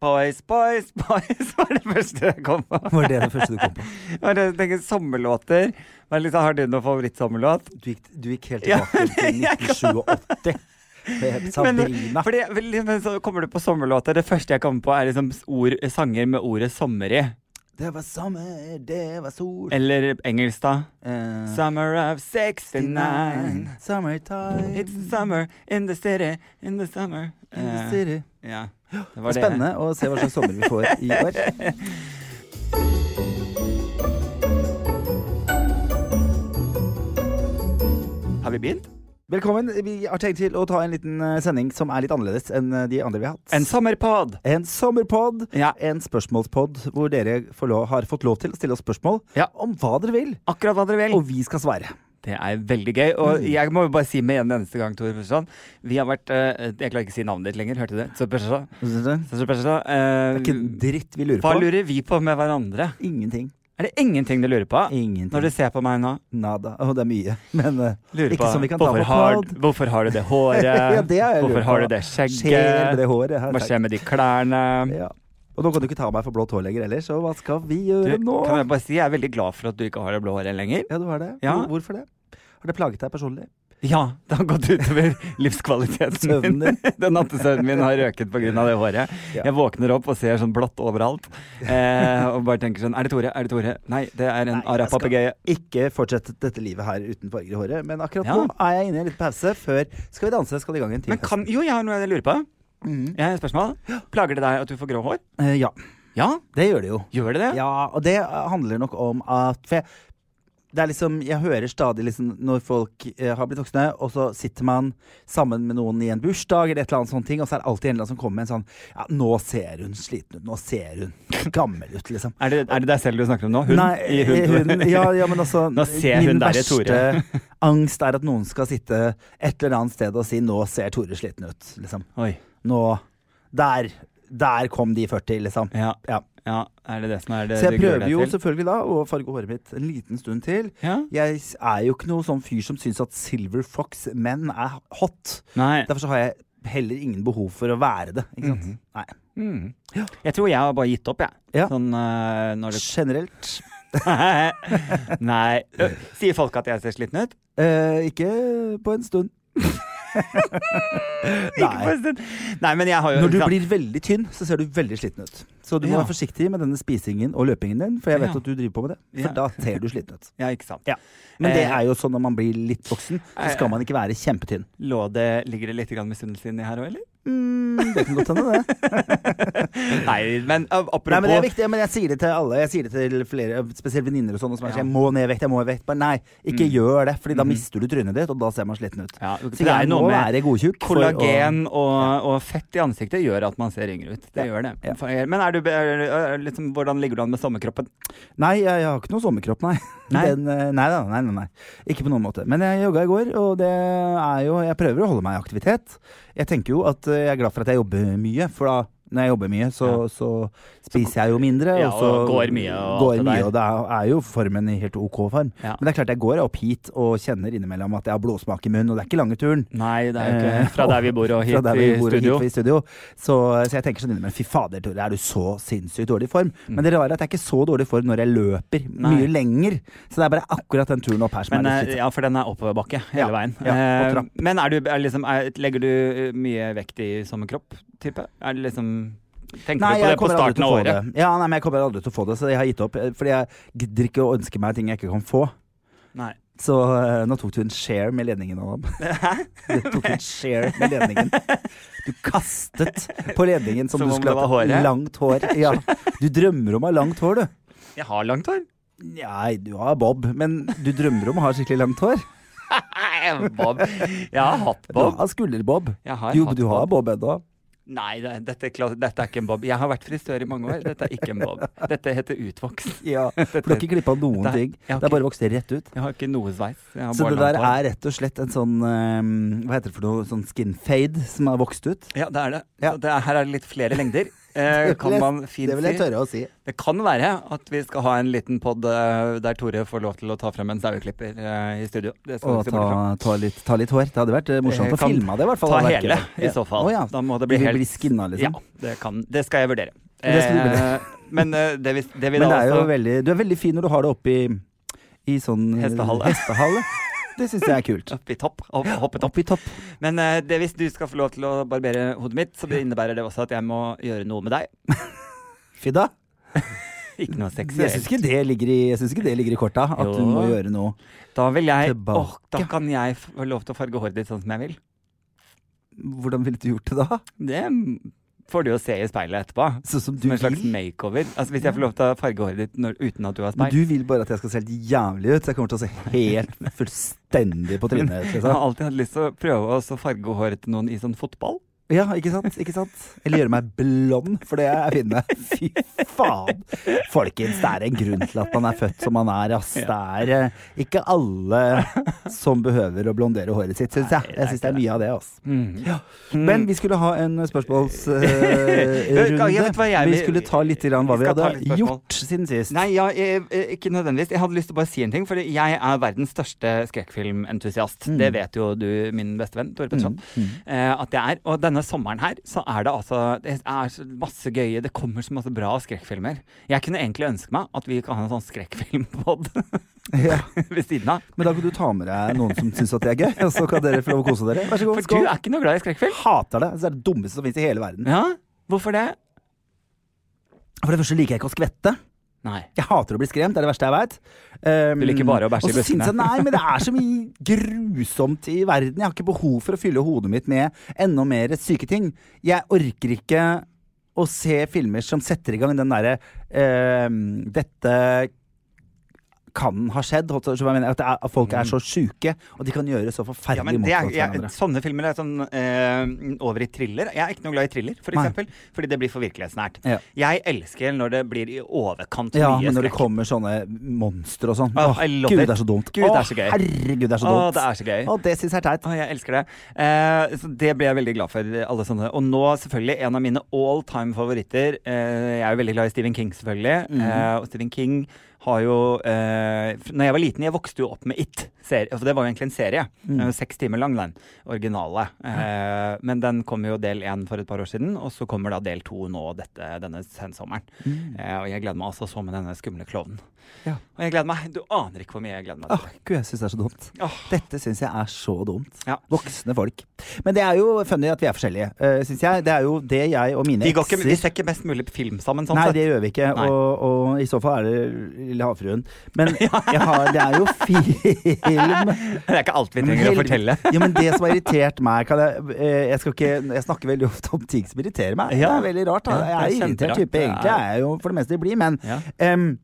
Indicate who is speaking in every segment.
Speaker 1: Boys, boys, boys var det første jeg kom på.
Speaker 2: Var det det første du kom på?
Speaker 1: Var det, tenker, sommerlåter. Men liksom, har du noen favorittsommerlåt?
Speaker 2: Du gikk, du gikk helt
Speaker 1: Ja,
Speaker 2: tilbake til
Speaker 1: jeg kom-
Speaker 2: 1987. med Sabrina.
Speaker 1: Fordi, vel, men så kommer du på sommerlåter. Det første jeg kommer på, er liksom ord, sanger med ordet 'sommer' i.
Speaker 2: Det var sommer, det var sol
Speaker 1: Eller engelsk, da.
Speaker 2: Eh,
Speaker 1: Summer of 69.
Speaker 2: Summertime
Speaker 1: It's the summer in the city, in the summer.
Speaker 2: in the
Speaker 1: Eh,
Speaker 2: city.
Speaker 1: ja. Det var det.
Speaker 2: Spennende å se hva slags sommer vi får i år.
Speaker 1: Har vi begynt?
Speaker 2: Velkommen. Vi har tenkt til å ta en liten eh, sending som er litt annerledes enn eh, de andre vi har hatt.
Speaker 1: En sommerpod!
Speaker 2: En sommerpod,
Speaker 1: Ja.
Speaker 2: en spørsmålspod, hvor dere får lov, har fått lov til å stille oss spørsmål
Speaker 1: Ja.
Speaker 2: om hva dere vil,
Speaker 1: Akkurat hva dere vil.
Speaker 2: og vi skal svare.
Speaker 1: Det er veldig gøy.
Speaker 2: Mm.
Speaker 1: Og jeg må jo bare si med en eneste gang, Tore Petterson Vi har vært eh, Jeg klarer ikke å si navnet ditt lenger, hørte du det? Så Petterson.
Speaker 2: Det er
Speaker 1: Så Petterson, eh,
Speaker 2: ikke en dritt vi lurer
Speaker 1: Mm. hva
Speaker 2: på.
Speaker 1: lurer vi på med hverandre?
Speaker 2: Ingenting.
Speaker 1: Er det ingenting du lurer på? Når
Speaker 2: Ingenting.
Speaker 1: du ser på meg nå?
Speaker 2: Nada. Å, det er mye. Men eh,
Speaker 1: Lurer
Speaker 2: Ikke
Speaker 1: på
Speaker 2: som vi kan ta
Speaker 1: hvorfor,
Speaker 2: på
Speaker 1: har,
Speaker 2: pod.
Speaker 1: hvorfor har du det håret?
Speaker 2: Ja, det har jeg lurt
Speaker 1: hvorfor har
Speaker 2: på.
Speaker 1: du det
Speaker 2: skjer med
Speaker 1: skjegget?
Speaker 2: det håret her.
Speaker 1: Hva skjer med de klærne?
Speaker 2: Ja. Og nå kan du ikke ta meg for blått hår lenger heller, så hva skal vi
Speaker 1: Du,
Speaker 2: gjøre nå?
Speaker 1: kan jeg bare si jeg er veldig glad for at du ikke har det blå håret lenger.
Speaker 2: Ja, du har det.
Speaker 1: Ja.
Speaker 2: Hvor- Hvorfor det? Har det plaget deg personlig?
Speaker 1: Ja, det har gått utover livskvaliteten
Speaker 2: Søvnen
Speaker 1: min.
Speaker 2: din?
Speaker 1: Den nattesøvnen min har røket pga. det håret.
Speaker 2: Ja.
Speaker 1: Jeg våkner opp og ser sånn blått overalt. Eh, og bare tenker sånn Er det Tore? Er det Tore? Nei, det er en
Speaker 2: Nei, jeg skal-
Speaker 1: arapapegøye.
Speaker 2: Ikke fortsette dette livet her uten farger i håret, men akkurat
Speaker 1: Ja.
Speaker 2: nå er jeg inne i en liten pause før Skal vi danse skal i gang en til.
Speaker 1: Men kan Jo, jeg har noe jeg lurer på.
Speaker 2: Mhm.
Speaker 1: Jeg har et spørsmål. Plager det deg at du får grå hår?
Speaker 2: Eh, ja,
Speaker 1: Ja,
Speaker 2: det gjør det jo.
Speaker 1: gjør det det?
Speaker 2: Ja, og det eh, handler nok om at For jeg, det er liksom, jeg hører stadig liksom når folk eh, har blitt voksne, og så sitter man sammen med noen i en bursdag, eller et eller annet sånt ting, og så er det alltid en eller annen som kommer med en sånn Ja, nå ser hun sliten ut. Nå ser hun gammel ut, liksom.
Speaker 1: Er, det er det deg selv du snakker om nå? Hun?
Speaker 2: Nei,
Speaker 1: I hun?
Speaker 2: hun- ja, ja, men altså
Speaker 1: Nå ser hun der i Tore.
Speaker 2: Min verste angst er at noen skal sitte et eller annet sted og si 'nå ser Tore sliten ut'. Liksom.
Speaker 1: Oi.
Speaker 2: Nå Der. Der kom de 40, liksom.
Speaker 1: Ja.
Speaker 2: Ja.
Speaker 1: ja. Er det det som er Eh, det
Speaker 2: Så jeg
Speaker 1: du gruer
Speaker 2: prøver
Speaker 1: deg
Speaker 2: jo
Speaker 1: til?
Speaker 2: selvfølgelig da å farge håret mitt en liten stund til.
Speaker 1: Ja?
Speaker 2: Jeg s- er jo ikke noe sånn fyr som syns at Silver Fox-menn er hot.
Speaker 1: Nei.
Speaker 2: Derfor så har jeg heller ingen behov for å være det. Ikke
Speaker 1: Mhm.
Speaker 2: sant? Nei.
Speaker 1: Mm. Jeg tror jeg har bare gitt opp, jeg.
Speaker 2: Ja.
Speaker 1: Sånn eh, når det
Speaker 2: Generelt.
Speaker 1: Nei. Ø, Sier folk at jeg ser sliten ut?
Speaker 2: Eh, ikke på en stund.
Speaker 1: Ikke på en stund. Nei, men jeg har jo
Speaker 2: Når du
Speaker 1: ikke sant-
Speaker 2: blir veldig tynn, så ser du veldig sliten ut. Så du må
Speaker 1: Ja.
Speaker 2: være forsiktig med denne spisingen og løpingen din, for jeg vet
Speaker 1: Ja.
Speaker 2: at du driver på med det. For
Speaker 1: Ja.
Speaker 2: da ser du sliten ut.
Speaker 1: Ja, ikke sant.
Speaker 2: Ja. Men det
Speaker 1: Eh.
Speaker 2: er jo sånn når man blir litt voksen, så skal man ikke være kjempetynn.
Speaker 1: Lå det, ligger det litt grann misunnelse inni her òg, eller?
Speaker 2: Mm, det kan godt hende, det.
Speaker 1: Nei, men ø, apropos
Speaker 2: Nei, men det er viktig, men jeg sier det til alle. Jeg sier det til flere, spesielt venninner og sånne som er
Speaker 1: Ja.
Speaker 2: sånn Jeg må ned i vekt, jeg må ned i vekt. Bare nei, ikke
Speaker 1: Mm.
Speaker 2: gjør det, Fordi da mister du trynet ditt, og da ser man sliten ut.
Speaker 1: Ja,
Speaker 2: Så
Speaker 1: det er
Speaker 2: jeg må
Speaker 1: noe med
Speaker 2: være godtjukk. for å-
Speaker 1: kollagen og, og fett i ansiktet gjør at man ser yngre ut. Det
Speaker 2: Ja.
Speaker 1: gjør det.
Speaker 2: Ja.
Speaker 1: For- Men er du, be- er, er- liksom, hvordan ligger du an med sommerkroppen?
Speaker 2: Nei, jeg, jeg har ikke noen sommerkropp, nei.
Speaker 1: Nei?
Speaker 2: Den, eh, nei da, nei, nei, nei. Ikke på noen måte. Men jeg jogga i går, og det er jo Jeg prøver å holde meg i aktivitet. Jeg tenker jo at eh, jeg er glad for at jeg jobber mye, for da når jeg jobber mye, så, så spiser jeg jo mindre.
Speaker 1: Ja,
Speaker 2: så
Speaker 1: og går mye og
Speaker 2: går
Speaker 1: alt det
Speaker 2: mye,
Speaker 1: der.
Speaker 2: og det er, er jo formen i helt OK form.
Speaker 1: Ja.
Speaker 2: Men det er klart jeg går opp hit og kjenner innimellom at jeg har blåsmak i munnen, og det er ikke lange turen.
Speaker 1: Nei, det er jo
Speaker 2: Eh,
Speaker 1: ikke fra der vi bor og hit
Speaker 2: Fra der vi
Speaker 1: i
Speaker 2: bor og
Speaker 1: studio.
Speaker 2: hit i studio. Så, så jeg tenker sånn innimellom Fy fader, Tore, er du så sinnssykt dårlig i form? Men det rare er at jeg er ikke så dårlig i form når jeg løper
Speaker 1: Mm. Nei.
Speaker 2: mye lenger. Så det er bare akkurat den turen opp her som
Speaker 1: Men,
Speaker 2: er
Speaker 1: eh,
Speaker 2: litt slitsom.
Speaker 1: ja, for den er oppoverbakke hele
Speaker 2: Ja,
Speaker 1: veien.
Speaker 2: ja, og
Speaker 1: Eh,
Speaker 2: trapp.
Speaker 1: men er du, er liksom, er, legger du eh, mye vekt i sommerkropp, type? Er det liksom Tenker du på det på
Speaker 2: kommer aldri
Speaker 1: starten
Speaker 2: til
Speaker 1: av
Speaker 2: å få
Speaker 1: året?
Speaker 2: det. Ja, nei, men jeg kommer aldri til å få det, så jeg har gitt opp. eh, Fordi jeg gidder ikke å ønske meg ting jeg ikke kan få.
Speaker 1: Nei.
Speaker 2: Så eh, nå tok du en share med ledningen, Adam. Du tok en share med ledningen. Du kastet på ledningen som,
Speaker 1: Som
Speaker 2: du
Speaker 1: om
Speaker 2: skulle
Speaker 1: det var
Speaker 2: hatt
Speaker 1: håret.
Speaker 2: langt hår. Ja. Du drømmer om å ha langt hår, du.
Speaker 1: Jeg har langt hår.
Speaker 2: Nei, du har bob, men du drømmer om å ha skikkelig langt hår.
Speaker 1: bob. Jeg har hatt
Speaker 2: Du
Speaker 1: bob.
Speaker 2: har skulderbob.
Speaker 1: Jeg har
Speaker 2: Jo,
Speaker 1: hatt
Speaker 2: du har
Speaker 1: bob.
Speaker 2: bob ennå.
Speaker 1: Nei, det, dette, er kla- dette er ikke en bob. Jeg har vært frisør i mange år. Dette er ikke en bob. Dette heter utvokst.
Speaker 2: Ja, for du har ikke klippa noen
Speaker 1: Dette-
Speaker 2: ting.
Speaker 1: jeg har
Speaker 2: Det er
Speaker 1: ikke-
Speaker 2: bare vokst rett ut.
Speaker 1: Jeg har ikke noe sveis. Jeg har
Speaker 2: Så
Speaker 1: bare
Speaker 2: det der
Speaker 1: langt hår.
Speaker 2: er rett og slett en sånn eh, Hva heter det for noe? Sånn skin fade som har vokst ut?
Speaker 1: Ja, det er det.
Speaker 2: Ja.
Speaker 1: Så det er, her er det litt flere lengder. eh,
Speaker 2: Det vil
Speaker 1: kan
Speaker 2: jeg-
Speaker 1: man fint
Speaker 2: Det vil jeg
Speaker 1: si.
Speaker 2: tørre å si.
Speaker 1: Det kan være at vi skal ha en liten pod eh, der Tore får lov til å ta frem en saueklipper eh, i studio. Det skal
Speaker 2: Og
Speaker 1: vi ikke se bort fra.
Speaker 2: ta, ta, litt, ta litt hår. Det hadde vært eh, morsomt
Speaker 1: Eh,
Speaker 2: å
Speaker 1: kan
Speaker 2: filme det, i hvert fall.
Speaker 1: Ta
Speaker 2: hadde vært
Speaker 1: hele,
Speaker 2: gøy.
Speaker 1: i så fall.
Speaker 2: Å, ja.
Speaker 1: Da må det
Speaker 2: Vi
Speaker 1: bli
Speaker 2: vil
Speaker 1: helt
Speaker 2: bli skinna,
Speaker 1: Ja,
Speaker 2: liksom.
Speaker 1: det, kan, det skal jeg vurdere.
Speaker 2: Det skal du vurdere.
Speaker 1: Eh, men eh, det vi, det vi
Speaker 2: Men
Speaker 1: da
Speaker 2: det er jo
Speaker 1: også
Speaker 2: veldig, du er veldig fin når du har det oppi i sånn eh,
Speaker 1: Hestehale.
Speaker 2: hestehale. Det syns jeg er kult.
Speaker 1: Oppi topp. opp- Hoppet opp.
Speaker 2: Oppi topp.
Speaker 1: Men eh, det, hvis du skal få lov til å barbere hodet mitt, så innebærer det også at jeg må gjøre noe med deg.
Speaker 2: Fidda.
Speaker 1: Ikke noe
Speaker 2: Jeg syns
Speaker 1: seksuelt.
Speaker 2: ikke det ligger i, jeg synes ikke det ligger i korta, at
Speaker 1: Jo.
Speaker 2: du må gjøre noe.
Speaker 1: Da vil jeg
Speaker 2: Tilbake.
Speaker 1: Åh, da kan jeg få lov til å farge håret ditt sånn som jeg vil.
Speaker 2: Hvordan ville du gjort det da?
Speaker 1: Det får du jo se i speilet etterpå.
Speaker 2: Sånn som du
Speaker 1: Som en slags
Speaker 2: vil?
Speaker 1: makeover. Altså Hvis jeg får lov til å farge håret ditt når, uten at du har
Speaker 2: Men
Speaker 1: speil.
Speaker 2: du vil bare at jeg skal se helt jævlig ut, så jeg kommer til å se helt fullstendig på trynet.
Speaker 1: Jeg
Speaker 2: Liksom.
Speaker 1: har alltid hatt lyst til å prøve å farge håret til noen i sånn fotball.
Speaker 2: Ja, ikke sant? ikke sant? Eller gjøre meg blond, for det er jeg fin med. Fy faen! Folkens, det er en grunn til at man er født som man er, ass. Det er eh, ikke alle som behøver å blondere håret sitt, syns
Speaker 1: Nei,
Speaker 2: jeg.
Speaker 1: det er
Speaker 2: Jeg syns det
Speaker 1: ikke
Speaker 2: er mye av det, ass.
Speaker 1: Mm.
Speaker 2: Men vi skulle ha en
Speaker 1: Jeg vet- jeg vet hva
Speaker 2: spørsmålsrunde.
Speaker 1: jeg
Speaker 2: Vi
Speaker 1: vil-
Speaker 2: skulle ta litt grann
Speaker 1: Vi
Speaker 2: hva vi
Speaker 1: skal ta
Speaker 2: hadde
Speaker 1: litt spørsmål.
Speaker 2: gjort siden sist.
Speaker 1: Nei, ja, eh, eh, ikke nødvendigvis. Jeg hadde lyst til å bare si en ting, for jeg er verdens største skrekkfilmentusiast.
Speaker 2: Mm.
Speaker 1: Det vet jo du, min beste venn Tore Petterson, eh, at jeg er. Og denne sommeren her, så er det altså Det er så masse gøye Det kommer så masse bra skrekkfilmer. Jeg kunne egentlig ønske meg at vi kan ha en sånn skrekkfilmpod
Speaker 2: mm. Ja.
Speaker 1: ved siden av.
Speaker 2: Men da kan du ta med deg noen som syns at det er gøy, og så kan dere få lov å kose dere. Vær så god.
Speaker 1: For du
Speaker 2: Skål.
Speaker 1: er ikke noe glad i skrekkfilm?
Speaker 2: Hater det. Det er det dummeste som fins i hele verden.
Speaker 1: Ja? Hvorfor det?
Speaker 2: For det første liker jeg ikke å skvette.
Speaker 1: Nei.
Speaker 2: Jeg hater å bli skremt, det er det verste jeg Um, veit.
Speaker 1: Du liker bare å bæsje i buskene.
Speaker 2: Nei, men det er så mye grusomt i verden. Jeg har ikke behov for å fylle hodet mitt med enda mer syke ting. Jeg orker ikke å se filmer som setter i gang den derre ehm, Dette kan ha skjedd. holdt jeg- så hva jeg mener, at, det er, at folk er så sjuke, og de kan gjøre så
Speaker 1: Mm. Ja,
Speaker 2: forferdelig
Speaker 1: men
Speaker 2: mot
Speaker 1: det er,
Speaker 2: hverandre.
Speaker 1: jeg, sånne filmer er sånn eh, over i thriller. Jeg er ikke noe glad i thriller, for
Speaker 2: Nei.
Speaker 1: eksempel, fordi det blir for virkelighetsnært.
Speaker 2: Ja.
Speaker 1: Jeg elsker når det blir i overkant
Speaker 2: Ja,
Speaker 1: mye
Speaker 2: men når det
Speaker 1: skrekk.
Speaker 2: kommer sånne monstre og sånn.
Speaker 1: Åh,
Speaker 2: Åh,
Speaker 1: I love
Speaker 2: Gud,
Speaker 1: it.
Speaker 2: det er så dumt.
Speaker 1: Gud, det er
Speaker 2: Åh,
Speaker 1: så gøy.
Speaker 2: Herregud, det er så
Speaker 1: Å,
Speaker 2: dumt.
Speaker 1: det er så gøy.
Speaker 2: Åh, det syns jeg er teit.
Speaker 1: Å, jeg elsker det. Eh, så det ble jeg veldig glad for. alle sånne. Og nå selvfølgelig en av mine all time favoritter. Eh, jeg er jo veldig glad i Stephen King, selvfølgelig.
Speaker 2: Mhm.
Speaker 1: Eh, og Stephen King har jo eh, fr- Når jeg var liten, jeg vokste jo opp med It. Serie, for det var jo egentlig en serie.
Speaker 2: Mm.
Speaker 1: Den er jo Eh, Seks timer lang, den originale. Eh, men den kom jo del én for et par år siden, og så kommer da del to nå dette, denne sensommeren. Eh, og jeg gleder meg altså så med denne skumle klovnen.
Speaker 2: Ja.
Speaker 1: Og jeg gleder meg. Du aner ikke hvor mye jeg gleder meg.
Speaker 2: Åh, Ah, Gud, jeg syns det er så dumt.
Speaker 1: Åh.
Speaker 2: Dette syns jeg er så dumt.
Speaker 1: Ah. Ja.
Speaker 2: Voksne folk. Men det er jo funny at vi er forskjellige, uh, syns jeg. Det er jo det jeg og mine
Speaker 1: Vi, går ikke, vi
Speaker 2: ekser
Speaker 1: ser ikke mest mulig film sammen, sånn
Speaker 2: Nei,
Speaker 1: sett.
Speaker 2: det gjør vi ikke,
Speaker 1: Nei.
Speaker 2: og, og i så fall er det Lille havfruen. Men jeg har, det er jo film
Speaker 1: Det er ikke alt vi
Speaker 2: Ja, men
Speaker 1: trenger å
Speaker 2: helvete-
Speaker 1: fortelle.
Speaker 2: ja, men det som har irritert meg kan jeg, eh, jeg, skal ikke, jeg snakker veldig ofte om ting som irriterer meg.
Speaker 1: Ja.
Speaker 2: Det er veldig rart. Da.
Speaker 1: Ja, det
Speaker 2: Jeg
Speaker 1: er
Speaker 2: er irritert
Speaker 1: kjemperart.
Speaker 2: type,
Speaker 1: Det
Speaker 2: egentlig. Jeg er jo for det meste blid, men
Speaker 1: Ja.
Speaker 2: em,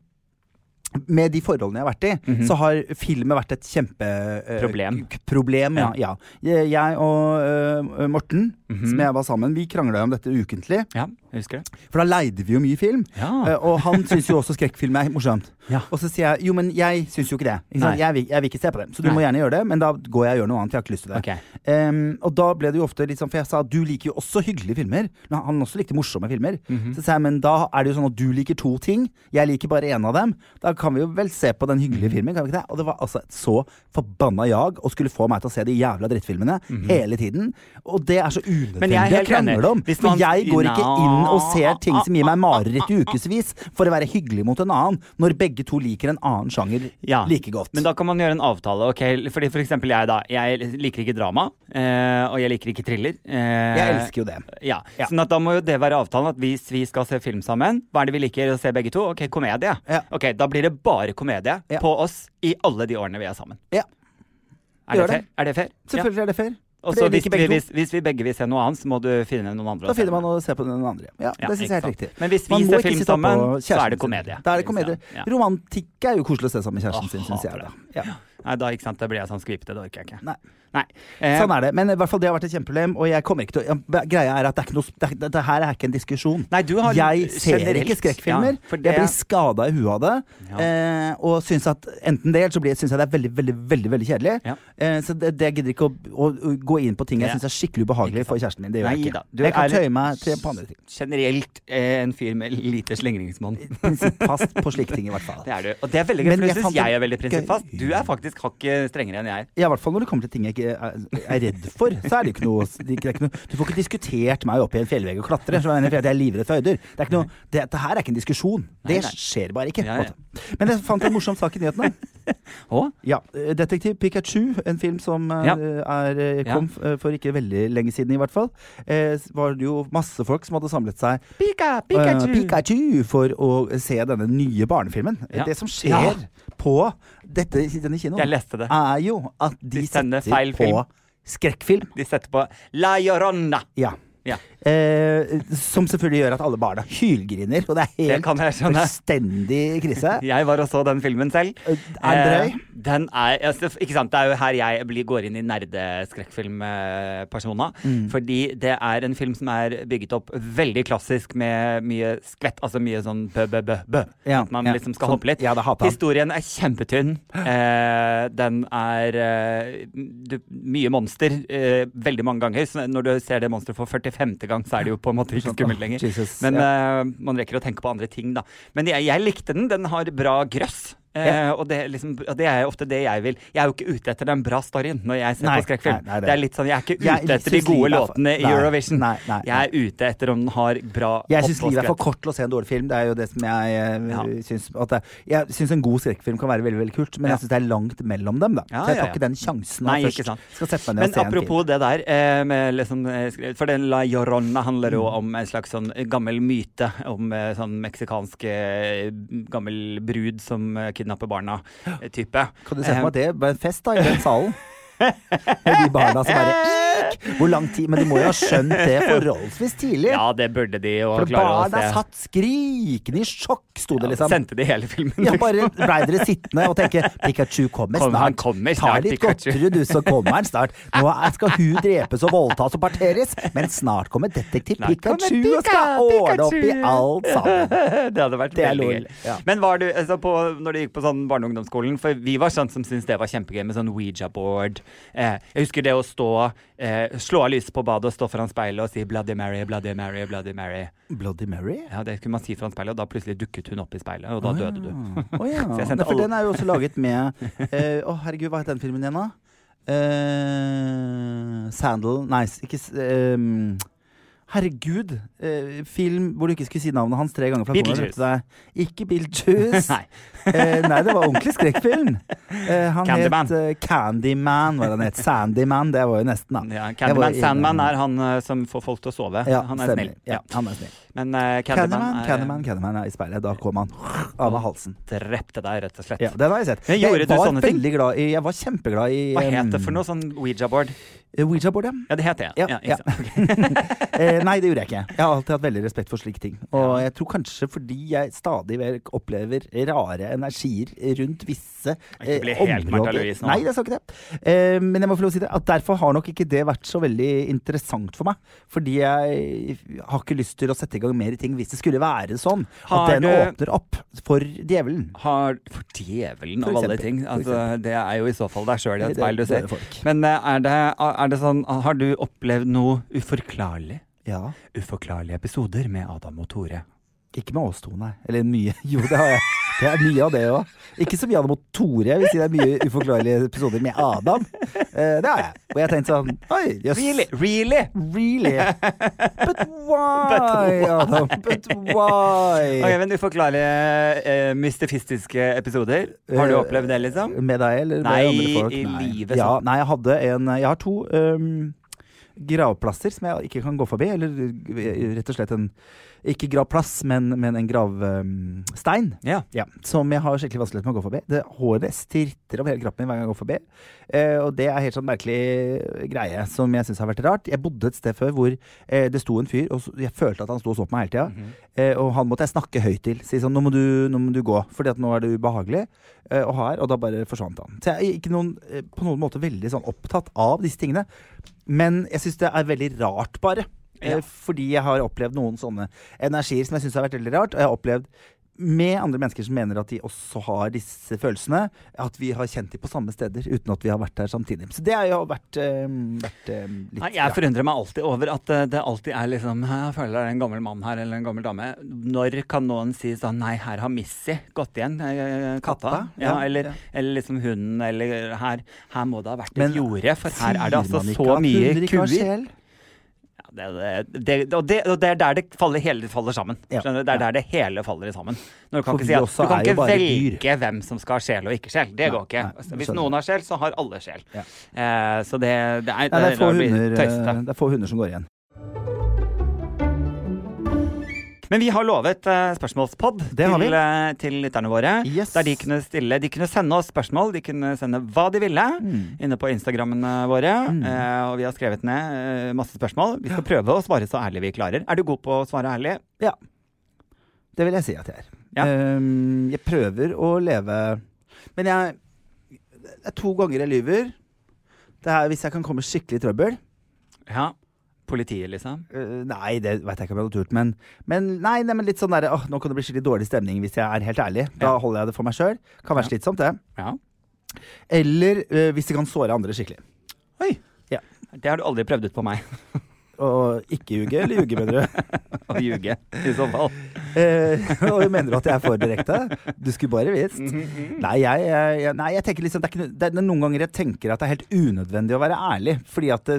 Speaker 2: med de forholdene jeg har vært i, så har filmen vært et kjempeproblem.
Speaker 1: Mhm. Problem.
Speaker 2: problem ja. Ja. Jeg- Jeg og eh, Morten,
Speaker 1: Mhm.
Speaker 2: som jeg var sammen, vi krangla om dette ukentlig.
Speaker 1: Ja, jeg husker det.
Speaker 2: For da leide vi jo mye film. Eh,
Speaker 1: Ja.
Speaker 2: Og han syns jo også skrekkfilm er morsomt.
Speaker 1: Ja.
Speaker 2: Og så sier jeg jo, men jeg syns jo ikke det. Ikke
Speaker 1: Nei.
Speaker 2: sant? Jeg, vil, jeg vil ikke se på dem. Så du må
Speaker 1: Nei.
Speaker 2: gjerne gjøre det, men da går jeg og gjør noe annet. Jeg har ikke lyst til det.
Speaker 1: Ok.
Speaker 2: Ehm, og da ble det jo ofte litt sånn, for jeg sa du liker jo også hyggelige filmer. Men han også likte morsomme filmer.
Speaker 1: Mhm.
Speaker 2: Så sa jeg men da er det jo sånn at du liker to ting, jeg liker bare én av dem. Da kan vi jo vel se på den
Speaker 1: Mhm.
Speaker 2: hyggelige filmen, kan vi ikke det? Og det var altså et så forbanna jag å skulle få meg til å se de jævla drittfilmene
Speaker 1: Mhm.
Speaker 2: hele tiden. Og det er så
Speaker 1: Men jeg er helt enig.
Speaker 2: unødvendig å krangle om.
Speaker 1: Hvis
Speaker 2: For
Speaker 1: man-
Speaker 2: jeg går ikke inn og ser ting som gir meg mareritt i
Speaker 1: Ah, ah,
Speaker 2: ukevis for å være hyggelig mot en annen, når begge to liker en annen sjanger
Speaker 1: Ja.
Speaker 2: like godt.
Speaker 1: Men da kan man gjøre en avtale. ok? Fordi for eksempel jeg, da. Jeg liker ikke drama. eh, og jeg liker ikke thriller. eh,
Speaker 2: jeg elsker jo det.
Speaker 1: ja.
Speaker 2: Ja.
Speaker 1: Sånn at da må jo det være avtalen at hvis vi skal se film sammen, hva er det vi liker å se begge to? Ok, komedie.
Speaker 2: Ja.
Speaker 1: Ok, Da blir det bare komedie
Speaker 2: Ja.
Speaker 1: på oss i alle de årene vi er sammen.
Speaker 2: Ja.
Speaker 1: Er det
Speaker 2: Gjør
Speaker 1: fair?
Speaker 2: det.
Speaker 1: Er det fair? Ja.
Speaker 2: Selvfølgelig er det fair.
Speaker 1: Og
Speaker 2: For
Speaker 1: så
Speaker 2: det
Speaker 1: hvis,
Speaker 2: liker begge
Speaker 1: vi-
Speaker 2: to.
Speaker 1: hvis, hvis vi begge vil se noe annet, så må du finne noen andre. å
Speaker 2: Da
Speaker 1: se
Speaker 2: finner
Speaker 1: med.
Speaker 2: man å se på den andre. Ja,
Speaker 1: Ja,
Speaker 2: det synes jeg er
Speaker 1: ikke
Speaker 2: helt
Speaker 1: sant.
Speaker 2: riktig.
Speaker 1: Men hvis
Speaker 2: Man
Speaker 1: vi
Speaker 2: må
Speaker 1: ser
Speaker 2: ikke
Speaker 1: film
Speaker 2: sitte oppå
Speaker 1: sammen, så er
Speaker 2: kjæresten
Speaker 1: det
Speaker 2: sin.
Speaker 1: komedie.
Speaker 2: Da er det komedie.
Speaker 1: Ja.
Speaker 2: Romantikk er jo koselig å se sammen med kjæresten
Speaker 1: Åh,
Speaker 2: sin, syns jeg.
Speaker 1: hater
Speaker 2: Da. Ja.
Speaker 1: Nei, da ikke sant, da blir jeg sånn skvipete. Det orker jeg ikke.
Speaker 2: Nei.
Speaker 1: Nei. Eh,
Speaker 2: Sånn er det. Men i hvert fall det har vært et kjempeproblem. Og jeg kommer ikke til å ja, Greia er at det, er ikke noe, det, er- det her er ikke en diskusjon.
Speaker 1: nei, du har
Speaker 2: Jeg ser
Speaker 1: generelt-
Speaker 2: ikke skrekkfilmer.
Speaker 1: Ja, for
Speaker 2: Jeg
Speaker 1: det,
Speaker 2: blir skada i huet av det.
Speaker 1: Ja.
Speaker 2: Eh, og syns at enten det, eller så blir, syns jeg det er veldig veldig, veldig, veldig kjedelig.
Speaker 1: Ja.
Speaker 2: Eh, så det, det gidder ikke å, å, å gå inn på ting jeg
Speaker 1: Det-
Speaker 2: syns er skikkelig ubehagelig for kjæresten min. Det gjør jeg
Speaker 1: Nei da,
Speaker 2: ikke.
Speaker 1: du
Speaker 2: Jeg kan
Speaker 1: er-
Speaker 2: tøye meg til på andre ting.
Speaker 1: generelt eh, en fyr med lite slingringsmonn.
Speaker 2: Prinsippfast på slike ting, i hvert fall.
Speaker 1: Det er du. Og det er veldig gøy,
Speaker 2: Men
Speaker 1: for du
Speaker 2: jeg
Speaker 1: syns
Speaker 2: fant
Speaker 1: jeg
Speaker 2: det
Speaker 1: er veldig
Speaker 2: gøy.
Speaker 1: prinsippfast. Du er faktisk hakket strengere enn jeg.
Speaker 2: Ja, I hvert fall når det kommer til ting jeg ikke er, er redd for. Så er det ikke noe, det er ikke noe Du får ikke diskutert meg opp i en fjellvegg og klatre. Så jeg mener, for at jeg er livredd for høyder. Det er ikke noe, det, det her er ikke en diskusjon. Det
Speaker 1: Nei, nei.
Speaker 2: skjer bare ikke. på
Speaker 1: Ja,
Speaker 2: en
Speaker 1: ja.
Speaker 2: måte. Men jeg fant en morsom sak i nyhetene.
Speaker 1: Å?
Speaker 2: Ja, eh, 'Detektiv Pikachu', en film som eh,
Speaker 1: Ja.
Speaker 2: er, eh, kom f- eh, for ikke veldig lenge siden, i hvert fall. Eh, s- var det jo masse folk som hadde samlet seg
Speaker 1: Pika,
Speaker 2: eh, Pikachu for å se denne nye barnefilmen.
Speaker 1: Ja.
Speaker 2: Det som skjer
Speaker 1: Ja.
Speaker 2: på dette, denne kinoen,
Speaker 1: Jeg leste det.
Speaker 2: er jo at de,
Speaker 1: De sender
Speaker 2: setter
Speaker 1: feil
Speaker 2: på
Speaker 1: film.
Speaker 2: skrekkfilm.
Speaker 1: De setter på La Llorona.
Speaker 2: Ja.
Speaker 1: Ja.
Speaker 2: Eh, som selvfølgelig gjør at alle barna hylgriner, og det er
Speaker 1: Det
Speaker 2: helt
Speaker 1: kan sånn, eh. jeg skjønne.
Speaker 2: fullstendig krise.
Speaker 1: Eh, Jeg var og så den filmen selv.
Speaker 2: Eh, Er den drøy?
Speaker 1: Eh, Den er, altså, ikke sant, det er jo her jeg blir, går inn i nerdeskrekkfilmpersona.
Speaker 2: Mm.
Speaker 1: Fordi det er en film som er bygget opp veldig klassisk med mye skvett. Altså mye sånn bø-bø-bø.
Speaker 2: Ja,
Speaker 1: at man
Speaker 2: ja.
Speaker 1: liksom skal
Speaker 2: Sånn-
Speaker 1: hoppe litt.
Speaker 2: ja, det hater han.
Speaker 1: Historien er kjempetynn. Eh, den er eh, du, mye monster eh, veldig mange ganger. Så når du ser det monsteret for 45. gang, så er det jo på en måte ikke
Speaker 2: Sånn,
Speaker 1: skummelt
Speaker 2: åh,
Speaker 1: lenger.
Speaker 2: Jesus,
Speaker 1: Men
Speaker 2: ja.
Speaker 1: eh, man rekker å tenke på andre ting, da. Men jeg, jeg likte den. Den har bra grøss. Eh, og, det, er liksom, og det er ofte det jeg vil. Jeg er jo ikke ute etter den bra storyen når jeg ser
Speaker 2: Nei,
Speaker 1: på skrekkfilm.
Speaker 2: nei, nei, det er
Speaker 1: det er litt sånn, Jeg er ikke ute
Speaker 2: Jeg
Speaker 1: etter de
Speaker 2: synes
Speaker 1: gode
Speaker 2: livet er for-
Speaker 1: låtene i
Speaker 2: Nei,
Speaker 1: Eurovision.
Speaker 2: nei, nei, nei.
Speaker 1: Jeg er ute etter om den har bra
Speaker 2: Jeg syns
Speaker 1: hopp og
Speaker 2: livet er for
Speaker 1: skrett.
Speaker 2: kort til å se en dårlig film. Det er jo det som jeg eh,
Speaker 1: Ja.
Speaker 2: syns at det, Jeg syns en god skrekkfilm kan være veldig veldig kult, men
Speaker 1: Ja.
Speaker 2: jeg syns det er langt mellom dem. Da.
Speaker 1: Ja,
Speaker 2: så jeg
Speaker 1: ja,
Speaker 2: tar
Speaker 1: ja.
Speaker 2: ikke den sjansen.
Speaker 1: Nei,
Speaker 2: når jeg
Speaker 1: ikke sant.
Speaker 2: først skal sette meg ned
Speaker 1: Men
Speaker 2: og se
Speaker 1: apropos det der, eh, med liksom, eh, sk- for den La Llorona handler
Speaker 2: Mm.
Speaker 1: jo om en slags sånn gammel myte om eh, sånn meksikansk eh, gammel brud som eh, kidnapper eh, barna-type.
Speaker 2: en film. Kan du se for meg at det var en fest da, i den salen? Med de barna som bare «Ikk!» Hvor lang tid? Men de må jo ha skjønt det forholdsvis tidlig.
Speaker 1: Ja, det burde de jo
Speaker 2: for
Speaker 1: klare å
Speaker 2: barna
Speaker 1: se.
Speaker 2: satt skrikende i sjokk, sto det liksom.
Speaker 1: Sendte de hele filmen?
Speaker 2: Ja, bare blei dere sittende og tenke Pikachu kommer
Speaker 1: Kom,
Speaker 2: snart.
Speaker 1: han kommer snart,
Speaker 2: Ta litt
Speaker 1: Pikachu.»
Speaker 2: godteri, du, så kommer han snart. Nå er- skal hun drepes og voldtas og parteres, men snart kommer detektiv
Speaker 1: Snart kommer
Speaker 2: Pikachu og
Speaker 1: Pika,
Speaker 2: skal ordne opp i
Speaker 1: Pikachu.
Speaker 2: alt sammen.
Speaker 1: det hadde vært
Speaker 2: Det er
Speaker 1: veldig
Speaker 2: lol,
Speaker 1: gøy.
Speaker 2: ja.
Speaker 1: Men var du, altså på, når du gikk på sånn barne- og ungdomsskolen For vi var sånn som syntes det var kjempegøy med sånn Ouija-board. Eh, jeg husker det å stå eh, Slå av lyset på badet og stå foran speilet og si 'Bloody Mary, Bloody Mary, Bloody Mary'.
Speaker 2: Bloody Mary?
Speaker 1: Ja, Det kunne man si foran speilet, og da plutselig dukket hun opp i speilet, og da døde du.
Speaker 2: Å Ah. ja.
Speaker 1: Så jeg
Speaker 2: Nei,
Speaker 1: sendte
Speaker 2: for
Speaker 1: alle-
Speaker 2: den er jo også laget med eh, Å, herregud, hva het den filmen igjen, da? Eh, Sandal Nice, ikke s- ehm, Herregud! eh, film hvor du ikke skulle si navnet hans tre ganger. for at noen hadde
Speaker 1: Beetlejuice.
Speaker 2: drept deg. Ikke Beetlejuice.
Speaker 1: Nei.
Speaker 2: Eh, nei, det var ordentlig skrekkfilm. Eh, han
Speaker 1: Candyman.
Speaker 2: het eh, Candyman, hva var det han het. Sandyman, det var jo nesten, da.
Speaker 1: Ja,
Speaker 2: Jeg var
Speaker 1: Candyman
Speaker 2: inne-
Speaker 1: Sandman er han eh, som får folk til å sove.
Speaker 2: Ja,
Speaker 1: han er
Speaker 2: stemmer.
Speaker 1: snill.
Speaker 2: Ja, han er snill.
Speaker 1: Men eh, Candyman,
Speaker 2: Candyman,
Speaker 1: er-
Speaker 2: Candyman, Candyman er i speilet. Da kom han av med halsen.
Speaker 1: drepte deg, rett og slett.
Speaker 2: Ja, den har jeg sett.
Speaker 1: Men gjorde du
Speaker 2: var
Speaker 1: sånne ting?
Speaker 2: veldig glad i Jeg var kjempeglad i
Speaker 1: Hva het det for noe sånn Ouija-board?
Speaker 2: Ouija-board, ja.
Speaker 1: Ja, det heter jeg.
Speaker 2: Um,
Speaker 1: Ja,
Speaker 2: Ja,
Speaker 1: ikke
Speaker 2: ja.
Speaker 1: sant.
Speaker 2: Eh, nei, det gjorde jeg ikke. Jeg har alltid hatt veldig respekt for slike ting. Og jeg tror kanskje fordi jeg stadig vekk opplever rare energier rundt visse eh,
Speaker 1: Ikke bli helt
Speaker 2: områder
Speaker 1: Martha Louise nå.
Speaker 2: Nei, jeg sa ikke det. Eh, men jeg må få lov å si det at derfor har nok ikke det vært så veldig interessant for meg. Fordi jeg har ikke lyst til å sette i gang mer ting hvis det skulle være sånn
Speaker 1: Har
Speaker 2: at den
Speaker 1: du-
Speaker 2: åpner opp for djevelen.
Speaker 1: Har For djevelen
Speaker 2: For
Speaker 1: av alle
Speaker 2: eksempel,
Speaker 1: ting.
Speaker 2: for
Speaker 1: Altså, det er jo i så fall deg sjøl i et
Speaker 2: Det-
Speaker 1: speil du
Speaker 2: det
Speaker 1: ser.
Speaker 2: er folk.
Speaker 1: Men eh, er det, er det sånn Har du opplevd noe uforklarlig?
Speaker 2: Ja.
Speaker 1: Uforklarlige episoder med Adam og Tore.
Speaker 2: Ikke med oss to, nei. Eller mye. Jo, det har jeg. Det er mye av det òg. Ikke så mye av det mot Tore. Jeg vil si det er mye uforklarlige episoder med Adam. Eh, det har jeg. Og jeg har tenkt sånn Oi, jøss.
Speaker 1: Really? Really?
Speaker 2: Really? But why, Adam? But
Speaker 1: Ok,
Speaker 2: why?
Speaker 1: men uforklarlige eh, mystifistiske episoder. Har
Speaker 2: Eh,
Speaker 1: du opplevd det, liksom?
Speaker 2: Med deg eller med
Speaker 1: Nei,
Speaker 2: andre folk?
Speaker 1: i livet,
Speaker 2: Ja,
Speaker 1: sånn.
Speaker 2: nei, jeg hadde en Jeg har to um, gravplasser som jeg ikke kan gå forbi. Eller eh, rett og slett en Ikke gravplass, men, men en um, gravstein.
Speaker 1: Ja.
Speaker 2: Som jeg har skikkelig vanskelig med å gå forbi. Det, håret stritter over hele kroppen min hver gang jeg går forbi. Eh, og det er helt sånn merkelig greie som jeg syns har vært rart. Jeg bodde et sted før hvor eh, det sto en fyr, og så- jeg følte at han sto og så på meg hele tida. eh, og han måtte jeg snakke høyt til. Si sånn 'Nå må du, nå må du gå, fordi at nå er det ubehagelig eh, å ha her.' Og da bare forsvant han. Så jeg er ikke noen, eh, på noen måte veldig sånn opptatt av disse tingene. Men jeg syns det er veldig rart, bare. Eh,
Speaker 1: Ja.
Speaker 2: Fordi jeg har opplevd noen sånne energier som jeg syns har vært veldig rart. Og jeg har opplevd med andre mennesker som mener at de også har disse følelsene. At vi har kjent de på samme steder uten at vi har vært der samtidig. Så det har jo vært, eh, vært eh, litt
Speaker 1: Nei, jeg forundrer meg alltid over at eh, det alltid er liksom «Hæ, Jeg føler det er en gammel mann her eller en gammel dame. Når kan noen si sånn Nei, her har Missy gått igjen. eh, Katta.
Speaker 2: Katta,
Speaker 1: Ja,
Speaker 2: ja,
Speaker 1: eller,
Speaker 2: ja.
Speaker 1: eller liksom hunden. Eller her, her må det ha vært et
Speaker 2: Men
Speaker 1: jorde, for her er det altså
Speaker 2: Sier man ikke
Speaker 1: så
Speaker 2: at
Speaker 1: mye
Speaker 2: hunder ikke har
Speaker 1: kuer.
Speaker 2: sjel?
Speaker 1: Ja, det, det, det, og, det, og det er der det faller, hele faller sammen.
Speaker 2: Ja.
Speaker 1: Skjønner du? Det er der det hele faller sammen. Når du
Speaker 2: For
Speaker 1: kan ikke,
Speaker 2: vi
Speaker 1: si at,
Speaker 2: også
Speaker 1: du kan
Speaker 2: er jo
Speaker 1: ikke
Speaker 2: bare
Speaker 1: velge hvem som skal ha sjel og ikke sjel. Det
Speaker 2: Nei,
Speaker 1: går ikke.
Speaker 2: nei,
Speaker 1: Altså,
Speaker 2: jeg
Speaker 1: Hvis
Speaker 2: skjønner.
Speaker 1: noen har sjel, så har alle sjel.
Speaker 2: Ja.
Speaker 1: Eh, så det, det er,
Speaker 2: Nei, det, er få
Speaker 1: blir
Speaker 2: hunder, eh,
Speaker 1: tøysete.
Speaker 2: det er få hunder som går igjen.
Speaker 1: Men vi har lovet eh, spørsmålspod
Speaker 2: Det har vi.
Speaker 1: til, eh, til lytterne våre.
Speaker 2: Yes.
Speaker 1: Der de kunne stille De kunne sende oss spørsmål. De kunne sende hva de ville.
Speaker 2: Mm.
Speaker 1: Inne på Instagrammene våre.
Speaker 2: Mm.
Speaker 1: Eh, og vi har skrevet ned eh, masse spørsmål. Vi skal prøve å svare så ærlig vi klarer. Er du god på å svare ærlig?
Speaker 2: Det vil jeg si at jeg er.
Speaker 1: Ja.
Speaker 2: Ehm, jeg prøver å leve Men jeg Det er to ganger jeg lyver. Det er hvis jeg kan komme skikkelig i trøbbel.
Speaker 1: Ja. Politiet, liksom?
Speaker 2: Eh, nei, det veit jeg ikke om jeg hadde turt, men, men nei, nei, men litt sånn derre åh, nå kan det bli skikkelig dårlig stemning hvis jeg er helt ærlig. Da
Speaker 1: Ja.
Speaker 2: holder jeg det for meg sjøl. Kan være
Speaker 1: Ja.
Speaker 2: slitsomt, det.
Speaker 1: Ja.
Speaker 2: Eller eh, hvis det kan såre andre skikkelig.
Speaker 1: Det har du aldri prøvd ut på meg.
Speaker 2: Og ikke ljuge, eller ljuge, mener du?
Speaker 1: Å ljuge, i så fall.
Speaker 2: Eh, og mener du at jeg er for direkte? Du skulle bare visst.
Speaker 1: Mhm,
Speaker 2: Nei, jeg, jeg, jeg- nei, jeg tenker liksom det er, ikke, noe- det er noen ganger jeg tenker at det er helt unødvendig å være ærlig. Fordi at det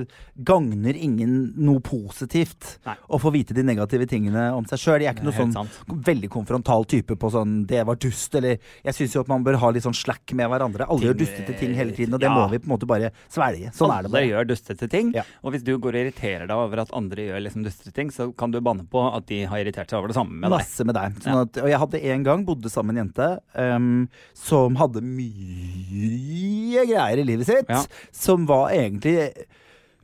Speaker 2: gagner ingen noe positivt
Speaker 1: Nei.
Speaker 2: å få vite de negative tingene om seg sjøl. Jeg er ikke noe
Speaker 1: Helt
Speaker 2: sånn
Speaker 1: sant.
Speaker 2: veldig konfrontal type på sånn 'det var dust', eller Jeg syns jo at man bør ha litt sånn slack med hverandre. Alle gjør
Speaker 1: Ting- eh,
Speaker 2: dustete ting hele tiden, og det
Speaker 1: Ja.
Speaker 2: må vi på en måte bare svelge. Sånn er det
Speaker 1: Alle
Speaker 2: bare.
Speaker 1: gjør dustete ting.
Speaker 2: Ja.
Speaker 1: Og hvis du går og irriterer deg over at andre gjør liksom dustete ting, så kan du banne på at de har irritert seg over det samme med deg.
Speaker 2: Masse med deg. Sånn at, og jeg hadde en gang bodde sammen med en jente ehm, som hadde mye greier i livet sitt.
Speaker 1: Ja.
Speaker 2: Som var egentlig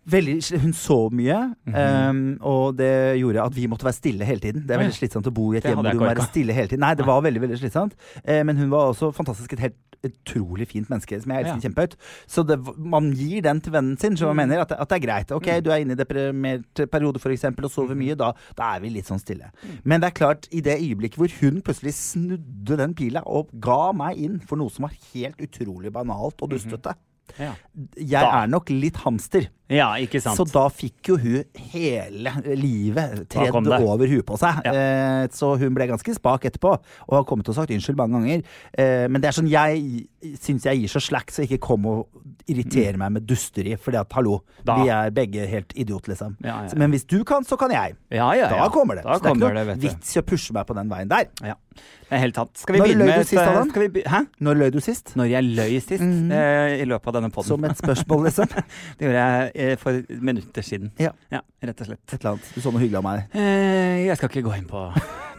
Speaker 2: veldig sli- Hun så mye,
Speaker 1: Mhm.
Speaker 2: ehm, og det gjorde at vi måtte være stille hele tiden. Det er
Speaker 1: Å, ja.
Speaker 2: veldig slitsomt å bo i et
Speaker 1: Det
Speaker 2: hjem hvor
Speaker 1: hadde
Speaker 2: du
Speaker 1: jeg
Speaker 2: må
Speaker 1: ikke
Speaker 2: være
Speaker 1: orket.
Speaker 2: stille hele tiden. Nei, det var veldig veldig slitsomt. Eh, men hun var også fantastisk et helt utrolig fint menneske som jeg elsker
Speaker 1: Ja.
Speaker 2: kjempehøyt. Så det, v- man gir den til vennen sin, som
Speaker 1: Mm.
Speaker 2: man mener at, det- at det er greit. Ok, du er inne i deprimert periode for eksempel,
Speaker 1: Mm.
Speaker 2: og sover mye, da, da er vi litt sånn stille. Men det er klart, i det øyeblikket hvor hun plutselig snudde den pila og ga meg inn for noe som var helt utrolig banalt og dustete.
Speaker 1: Ja.
Speaker 2: Jeg
Speaker 1: Mm-hmm. Da.
Speaker 2: er nok litt hamster,
Speaker 1: ja, ikke sant.
Speaker 2: så da fikk jo hun hele livet
Speaker 1: Da kom
Speaker 2: tredd
Speaker 1: det.
Speaker 2: over huet på seg.
Speaker 1: Ja.
Speaker 2: Eh, så hun ble ganske spak etterpå, og har kommet og sagt unnskyld mange ganger. Eh, men det er sånn jeg syns jeg gir så slack, så ikke kom og irritere meg med dusteri. Fordi at hallo,
Speaker 1: Mm. Da.
Speaker 2: vi er begge helt idiot, liksom.
Speaker 1: Ja, ja, ja.
Speaker 2: Men hvis du kan, så kan jeg.
Speaker 1: ja, ja, ja.
Speaker 2: Da kommer det.
Speaker 1: Da
Speaker 2: så det
Speaker 1: kommer
Speaker 2: er
Speaker 1: det,
Speaker 2: ikke noe
Speaker 1: vet du.
Speaker 2: vits i å pushe meg på den veien der.
Speaker 1: Ja. Det er helt sant. Skal vi
Speaker 2: Når
Speaker 1: begynne
Speaker 2: løy du
Speaker 1: med eh,
Speaker 2: sist, Adam?
Speaker 1: skal vi be Hæ?
Speaker 2: Når løy du sist?
Speaker 1: Når jeg løy sist eh, i løpet av denne poden.
Speaker 2: Som et spørsmål, liksom.
Speaker 1: Det gjorde jeg eh, for minutter siden.
Speaker 2: Ja.
Speaker 1: ja rett og slett.
Speaker 2: Et eller annet. Du så noe hyggelig av meg.
Speaker 1: Eh, jeg skal ikke gå inn på,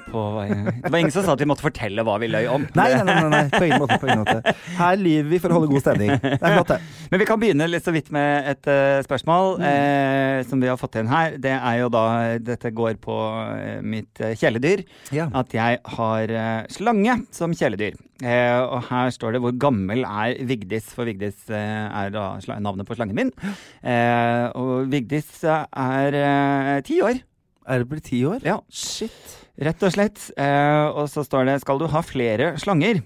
Speaker 1: på hva jeg- Det var ingen som sa at vi måtte fortelle hva vi løy om.
Speaker 2: Nei, nei, nei, nei, nei. På ingen måte. På ingen måte. Her lyver vi for å holde god stemning. Det er flott, det.
Speaker 1: Men vi kan begynne litt så vidt med et eh,
Speaker 2: Mm.
Speaker 1: spørsmål eh, som vi har fått inn her. Det er jo da Dette går på eh, mitt eh, kjæledyr.
Speaker 2: Ja.
Speaker 1: At jeg har eh, slange som kjæledyr. Eh, og her står det 'Hvor gammel er Vigdis?' For Vigdis eh, er da sla- navnet på slangen min. Eh, og Vigdis eh, er eh, ti år.
Speaker 2: Er det blitt ti år?
Speaker 1: Ja,
Speaker 2: Shit.
Speaker 1: Rett og slett. Eh, og så står det 'Skal du ha flere slanger?'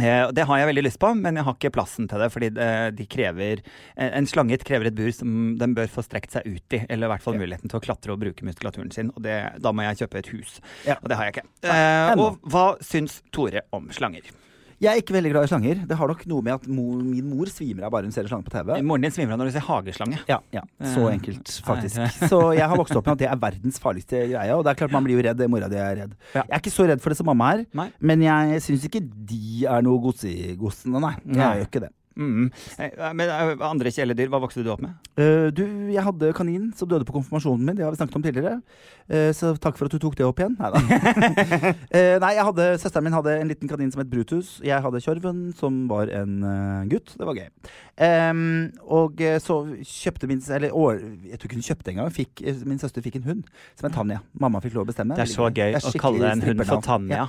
Speaker 1: Eh, og det har jeg veldig lyst på, men jeg har ikke plassen til det. Fordi det, de krever, eh, en slange krever et bur som den bør få strekt seg ut i. Eller i hvert fall muligheten til å klatre og bruke muskulaturen sin. Og det, da må jeg kjøpe et hus.
Speaker 2: Ja.
Speaker 1: Og det har jeg ikke. Eh,
Speaker 2: ennå.
Speaker 1: og hva syns Tore om slanger?
Speaker 2: Jeg er ikke veldig glad i slanger. Det har nok noe med at mor, min mor svimer av bare hun ser en slange på TV.
Speaker 1: Moren din svimer av når du sier hageslange.
Speaker 2: Ja, ja, Så
Speaker 1: Eh,
Speaker 2: enkelt, faktisk. Så jeg har vokst opp med at det er verdens farligste greie. Og det er klart man blir jo redd. Mora di er redd.
Speaker 1: Ja.
Speaker 2: Jeg er ikke så redd for det som mamma er,
Speaker 1: Nei.
Speaker 2: men jeg syns ikke de er noe gods i godsene, nei. Jeg
Speaker 1: Nei.
Speaker 2: er jo ikke det.
Speaker 1: Mm. Eh, Men eh, andre kjæledyr, hva vokste du opp med?
Speaker 2: Eh, du, jeg hadde kanin som døde på konfirmasjonen min. Det har vi snakket om tidligere. Eh, så takk for at du tok det opp igjen. Neida. Eh, nei, jeg hadde, søsteren min hadde en liten kanin som het Brutus. Jeg hadde Tjorven, som var en eh, gutt. Det var gøy. Em, og eh, så kjøpte min s- Eller år, jeg tror ikke hun kjøpte engang. Fikk, eh, min søster fikk en hund som het Tanja. Mamma fikk lov å bestemme.
Speaker 1: Det er så gøy
Speaker 2: Det er
Speaker 1: å
Speaker 2: skikkelig
Speaker 1: kalle en hund for
Speaker 2: strippernavn.
Speaker 1: Tanja.
Speaker 2: Ja.